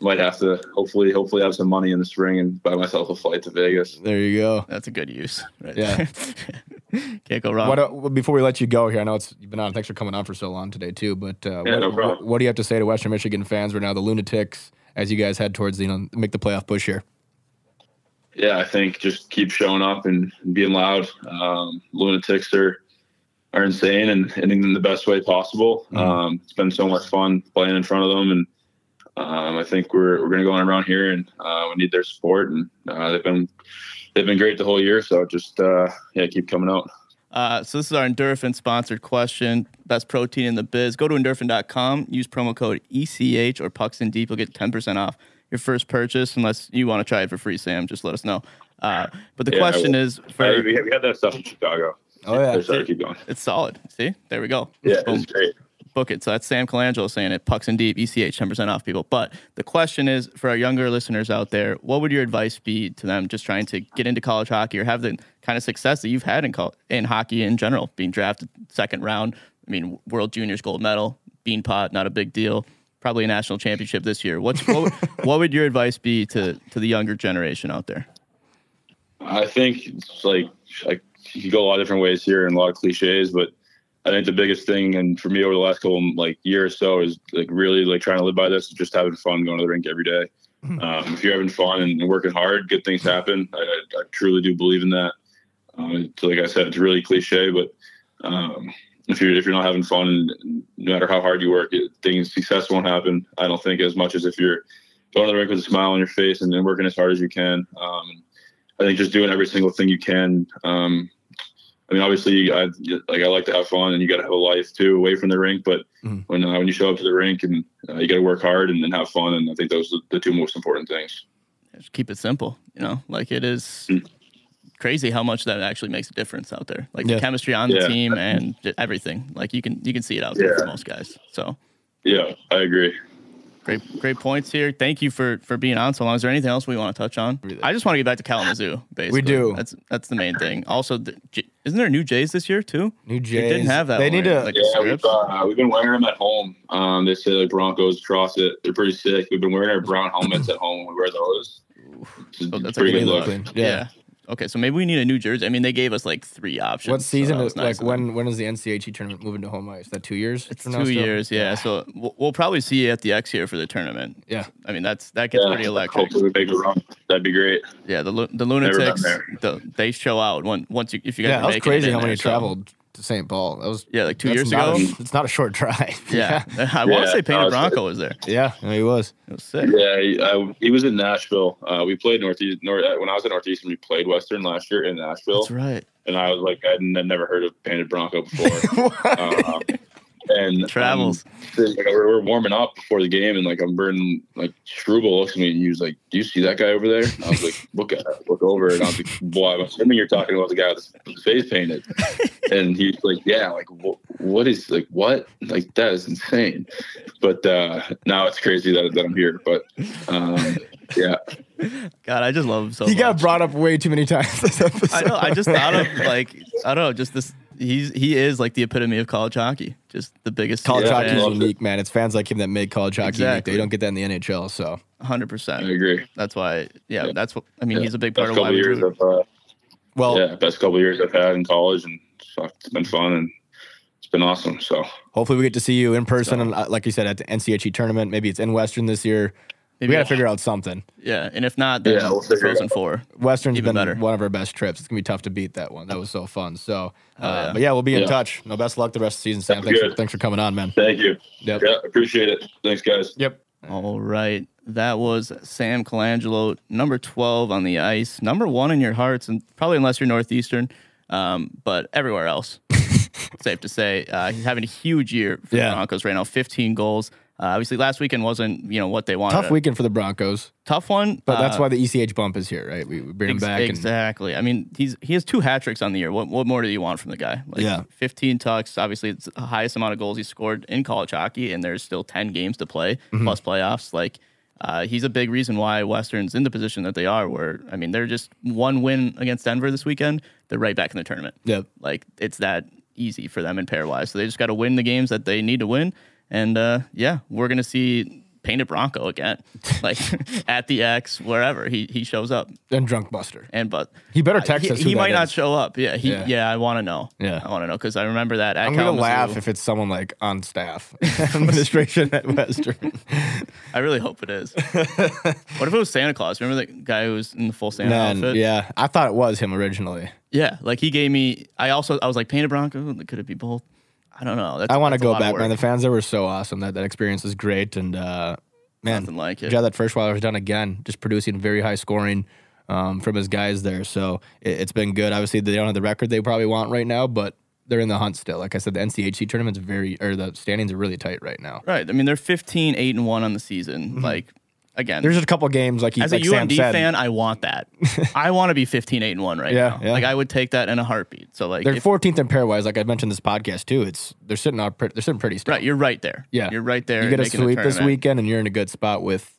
C: Might have to hopefully hopefully have some money in the spring and buy myself a flight to Vegas.
D: there you go.
A: That's a good use. Right
D: Yeah.
A: there. <laughs> Can't go wrong.
D: What, uh, well, before we let you go here, I know it's you've been on. Thanks for coming on for so long today too. But uh,
C: Yeah,
D: what,
C: no problem.
D: what do you have to say to Western Michigan fans right now, the lunatics, as you guys head towards you know make the playoff push here?
C: yeah, I think just keep showing up and being loud. Um, lunatics are are insane and ending them the best way possible.
D: Mm-hmm.
C: Um, it's been so much fun playing in front of them, and um, I think we're we're gonna go on around here, and uh, we need their support. And uh, they've been they've been great the whole year, so just uh, yeah, keep coming out.
A: Uh, so this is our Endorphin sponsored question. Best protein in the biz. Go to endorphin.com. Use promo code ECH or Pucks in Deep. You'll get 10% off your first purchase unless you want to try it for free, Sam. Just let us know. Uh, but the
C: Yeah, I
A: question
C: will.
A: is
C: Hey,
A: for
C: we, had- we had that stuff in Chicago.
D: Oh yeah,
C: Sorry, keep going.
A: it's solid. See, there we go.
C: Yeah,
A: Boom.
C: it's great.
A: book it. So that's Sam Colangelo saying it. Pucks and deep, ECH, ten percent off, people. But the question is for our younger listeners out there, what would your advice be to them just trying to get into college hockey or have the kind of success that you've had in col- in hockey in general, being drafted second round? I mean, World Juniors gold medal, bean pot, not a big deal. Probably a national championship this year. What's, what, <laughs> would- what would your advice be to to the younger generation out there?
C: I think it's like I, you could go a lot of different ways here and a lot of cliches, but I think the biggest thing and for me over the last couple like year or so is like really like trying to live by this, just having fun, going to the rink every day. Um, if you're having fun and working hard, good things happen. I, I, I truly do believe in that. Um, it's- like I said, it's really cliche, but um, if you're if you're not having fun, and no matter how hard you work, it, things success won't happen. I don't think as much as if you're going to the rink with a smile on your face and then working as hard as you can. Um, I think just doing every single thing you can. Um, I mean, obviously, I like I like to have fun, and you got to have a life too away from the rink. But
A: Mm-hmm.
D: Mhm.
C: when uh, when you show up to the rink, and uh, you got to work hard and, and have fun, and I think those are the two most important things.
A: Just keep it simple. You know, like it is
C: Mm.
A: crazy how much that actually makes a difference out there. Like
D: Yeah.
A: the chemistry on the
C: Yeah.
A: team and j- everything. Like you can you can see it out there for
C: Yeah.
A: most guys. So
C: Yeah, I agree.
A: great great points here. Thank you for for being on so long. Is there anything else we want to touch on? I just want to get back to Kalamazoo. Basically,
D: do.
A: That's that's the main thing. Also, the, J- isn't there new Jays this year too?
D: New
A: They
D: Jays.
A: didn't have that.
D: They
A: one,
D: need
A: right?
D: to.
A: Like,
C: Yeah, we've,
A: strips.
C: uh, we've been wearing them at home. Um, they say like Broncos across it. They're pretty sick. We've been wearing our
A: <laughs>
C: brown helmets at home. We wear those. It's a
A: Oh, that's
C: pretty
A: a
C: good
A: good
C: look.
D: look.
A: Yeah.
D: Yeah.
A: Okay, so maybe we need a new jersey. I mean, they gave us like three options.
D: What
A: so
D: season
A: that
D: is
A: was nice
D: like?
A: of them.
D: When when is the NCHE E tournament moving to home ice? Is that two years?
A: It's
D: from now
A: two
D: still?
A: years, yeah. So we'll, we'll probably see you at the X here for the tournament.
D: Yeah.
A: I mean that's that gets
C: Yeah,
A: pretty electric.
C: Hopefully, we make a run. That'd be great.
A: Yeah, the lu- the
C: been
A: lunatics,
C: there.
A: the, they show out when, once you if you guys.
D: Yeah,
A: are
D: that was
A: making it
D: crazy
A: in
D: how
A: there,
D: many
A: so-
D: traveled to St. Paul. That was
A: Yeah, like two
D: that's
A: years
D: not a-
A: ago.
D: it's not a short drive.
A: <laughs>
D: <laughs>
A: Yeah, I want to
C: Yeah,
A: say Painter
C: that was-
A: Bronco was there.
D: yeah, yeah, he was.
A: It was sick.
C: Yeah, he, I, he was in Nashville. Uh, we played Northeast. North, when I was at Northeastern, we played Western last year in Nashville,
A: That's right. <laughs>
C: and I was like, I'd n- never heard of Painted Bronco before. um, and
A: Travels.
C: um, like, we're, we're warming up before the game, and like I'm burning. Like Struble looks at me, and he was like, "Do you see that guy over there?" And I was
A: <laughs>
C: like, "Look at look over," and I was like, "Boy, I'm assuming you're talking about the guy with his
A: <laughs>
C: face painted." And he's like, "Yeah, like wh- what is like what like that is insane." But uh now it's crazy that, that I'm here. But um yeah,
A: God, I just love him so
B: He
A: much.
B: got brought up way too many times this episode.
A: I know. I
D: <laughs>
A: just thought of like I don't know. Just this. He's he is like the epitome of college hockey. Just the biggest
B: college
C: Yeah,
B: hockey
C: I
B: is
C: love it.
B: unique, man. It's fans like him that make college hockey unique.
A: Exactly.
B: They don't get that in the NHL. So
A: Hundred
C: I
A: percent.
C: agree.
A: That's why. Yeah, that's what I mean.
C: Yeah.
A: He's a big part
C: Best
A: of why
C: couple
A: we
C: years
A: do.
C: of uh,
B: well,
C: yeah, best couple years I've had in college, and it's- it's been fun and it's been awesome. So
B: hopefully we get to see you in person, and uh, like you said, at the NCHE tournament. Maybe it's in Western this year.
A: Maybe
B: we got
A: we'll-
B: to figure out something.
A: Yeah, and if not, then
C: Yeah, we'll figure it
A: Frozen
C: out.
A: Four.
B: Western's
A: Even
B: been
A: better.
B: one of our best trips. It's gonna be tough to beat that one. That was so fun. So, uh,
A: yeah.
B: but yeah, we'll be in
C: Oh, Yeah.
B: touch. No, best of luck the rest of the season, Sam.
C: Sounds
B: Thanks for,
C: good.
B: thanks for coming on, man.
C: thank you.
B: Yep.
C: Yeah, appreciate it. Thanks, guys.
B: Yep.
A: All right, that was Sam Colangelo, number twelve on the ice, number one in your hearts, and probably unless you're Northeastern, um, but everywhere
B: <laughs>
A: else, safe to say, uh, he's having a huge year for
B: Yeah.
A: the Broncos right now. Fifteen goals. Uh, obviously, last weekend wasn't you know what they wanted.
B: Tough weekend for the Broncos,
A: tough one,
B: but that's
A: uh,
B: why the ECH bump is here, right? We, we bring him
A: Ex-
B: back. and-
A: Exactly. I mean, he's he has two hat tricks on the year. What what more do you want from the guy? Like
B: Yeah.
A: 15 tucks. Obviously, it's the highest amount of goals he scored in college hockey, and there's still 10 games to play
B: Mm-hmm.
A: plus playoffs. Like, uh, he's a big reason why Western's in the position that they are. Where I mean, they're just one win against Denver this weekend. They're right back in the tournament.
B: Yep.
A: Like it's that easy for them in pairwise. So they just got to win the games that they need to win. And uh, yeah, we're gonna see painted Bronco again, <laughs> like at the X, wherever he he shows up.
B: and Drunk Buster.
A: And but
B: He better text
A: he,
B: us. Who
A: he
B: that
A: might not
B: is.
A: show up. Yeah, he, yeah.
B: Yeah.
A: I want to know.
B: Yeah.
A: I want to know because I remember that. At
B: I'm gonna
A: Kalamazoo.
B: laugh if it's someone like on staff <laughs> administration
A: <laughs>
B: at Western.
A: I really hope it
B: <laughs>
A: is. what if it was Santa Claus? Remember that guy who was in the full Santa
B: No,
A: outfit?
B: yeah, I thought it was him originally.
A: yeah. Like he gave me. I also I was like painted Bronco. Could it be both? I don't know. That's,
B: I want to
A: that's a
B: go
A: lot of
B: back,
A: work.
B: man. The fans there were so awesome. That that experience was great, and uh, man,
A: Nothing like it.
B: Jed that Firstweiler's done again, just producing very high scoring um, from his guys there. So it, it's been good. Obviously, they don't have the record they probably want right now, but they're in the hunt still. Like I said, the NCHC tournament's very, or the standings are really tight right now.
A: Right. I mean, they're 15, 8, and 1 on the season. Like, again,
B: Mm-hmm. There's just a couple games like he,
A: as a
B: like Sam
A: UMD
B: said,
A: fan, I want
B: <laughs>
A: that. I want to be 15, 8, and 1 right
B: Yeah,
A: now.
B: yeah.
A: Like, I would take that in a heartbeat. So, like,
B: They're
A: if-
B: 14th in pairwise, like I mentioned this podcast too. It's they're sitting out, pre- they're sitting pretty still.
A: right, you're right there.
B: Yeah.
A: You're right there.
B: You get a
A: making the
B: sweep this
A: tournament.
B: weekend, and you're in a good spot with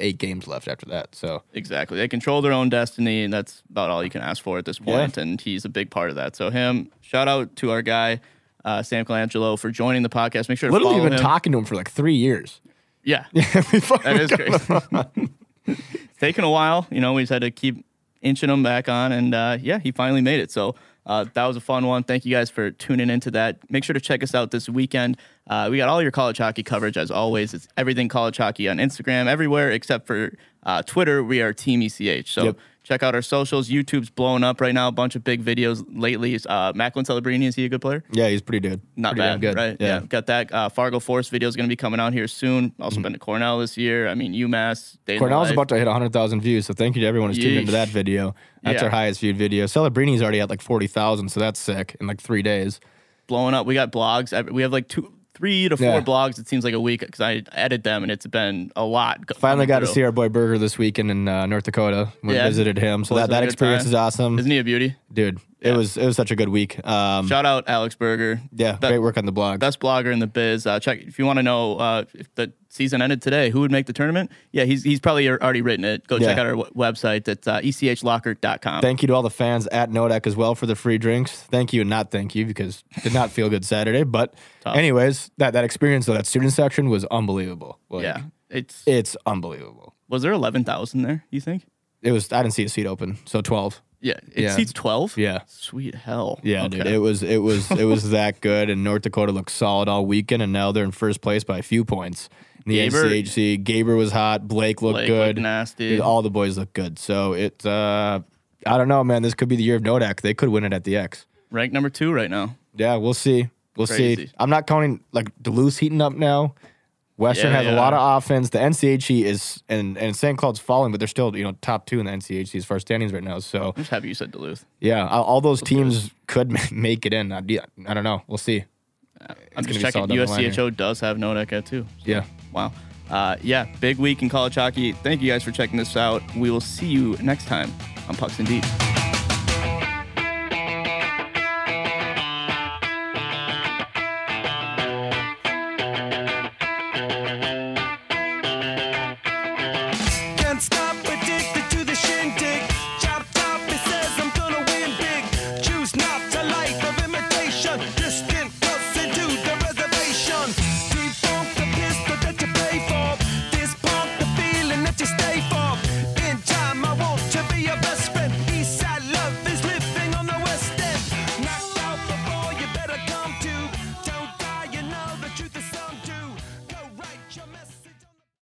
B: eight games left after that. So
A: Exactly. They control their own destiny, and that's about all you can ask for at this point, And he's a big part of that. So him, shout out to our guy, uh, Sam Colangelo, for joining the podcast. Make sure to
B: literally
A: follow
B: been
A: him.
B: talking to him for like three years. <laughs>
A: yeah,
B: that
A: <laughs> that is crazy. <laughs> it's taken a while. You know, we just had to keep inching him back on, and uh, yeah, he finally made it. So uh, that was a fun one. Thank you guys for tuning into that. Make sure to check us out this weekend. Uh, we got all your college hockey coverage as always. It's everything college hockey on Instagram, everywhere except for uh, Twitter. We are Team ECH. So.
B: Yep.
A: Check out our socials. YouTube's blowing up right now. A bunch of big videos lately. Uh, Macklin Celebrini, is he a good player?
B: Yeah, he's pretty good.
A: not
B: pretty
A: bad,
B: damn good.
A: right? Yeah. got that. Uh, Fargo Force video is going to be coming out here soon. Also been to Cornell this year. I mean, UMass. Day in the
B: Mm-hmm. Cornell's
A: life.
B: about to hit 100,000 views, so thank you to everyone who's tuned into
A: Yeesh.
B: that video. That's
A: Yeah.
B: our highest viewed video. Celebrini's already at like 40,000, so that's sick in like three days.
A: blowing up. We got blogs. I- We have like two, three to four
B: Yeah.
A: blogs. It seems like a week because I edit them and it's been a lot. go-
B: Finally
A: coming
B: got to
A: through.
B: see our boy Burger this weekend in uh, North Dakota. We
A: Yeah.
B: visited him, so
A: Boys
B: that,
A: had a
B: that
A: good
B: experience
A: time.
B: is awesome,
A: Isn't he a beauty?
B: dude. It was it was such a good week. Um,
A: Shout out Alex Berger.
B: yeah,
A: Be-
B: great work on the blog.
A: Best blogger in the biz. Uh, check if you want to know uh, if the season ended today, who would make the tournament? Yeah, he's he's probably already written it. Go check
B: Yeah.
A: out our w- website. That's uh, echlocker.com.
B: Thank you to all the fans at Nodak as well for the free drinks. Thank you and not thank you because it did not feel good Saturday. But anyways, that that experience though, that student section was unbelievable. Like,
A: yeah, it's
B: it's unbelievable.
A: was there eleven thousand there? You think?
B: It was I didn't see a seat open, so twelve.
A: Yeah, it
B: Yeah.
A: seats twelve.
B: Yeah.
A: sweet hell.
B: Yeah, dude,
A: Okay.
B: it was it was
A: <laughs>
B: it was that good, and North Dakota looked solid all weekend, and now they're in first place by a few points. In the
A: Gaber-
B: NCHC, Gaber was hot. Blake looked
A: Blake
B: good.
A: looked nasty.
B: Dude, all the boys looked good. So it, uh, I don't know, man. This could be the year of Nodak. They could win it at the X.
A: ranked number two right now.
B: Yeah, we'll see. We'll
A: Crazy.
B: see. I'm not counting like Duluth heating up now. Western
A: Yeah,
B: has
A: yeah.
B: a lot of offense. The NCHC E is and and St. Cloud's falling, but they're still you know top two in the NCHC E as far as standings right now. So
A: I'm just happy you said Duluth.
B: <laughs> yeah, all, all those teams could make it in. I, I don't know. We'll see.
A: I'm
D: gonna be
A: just checking.
D: solid down the line here.
A: USCHO does have Nodeka too. So,
D: Yeah.
A: Wow. Uh, yeah, big week in college hockey. Thank you guys for checking this out. We will see you next time on Pucks and Deep.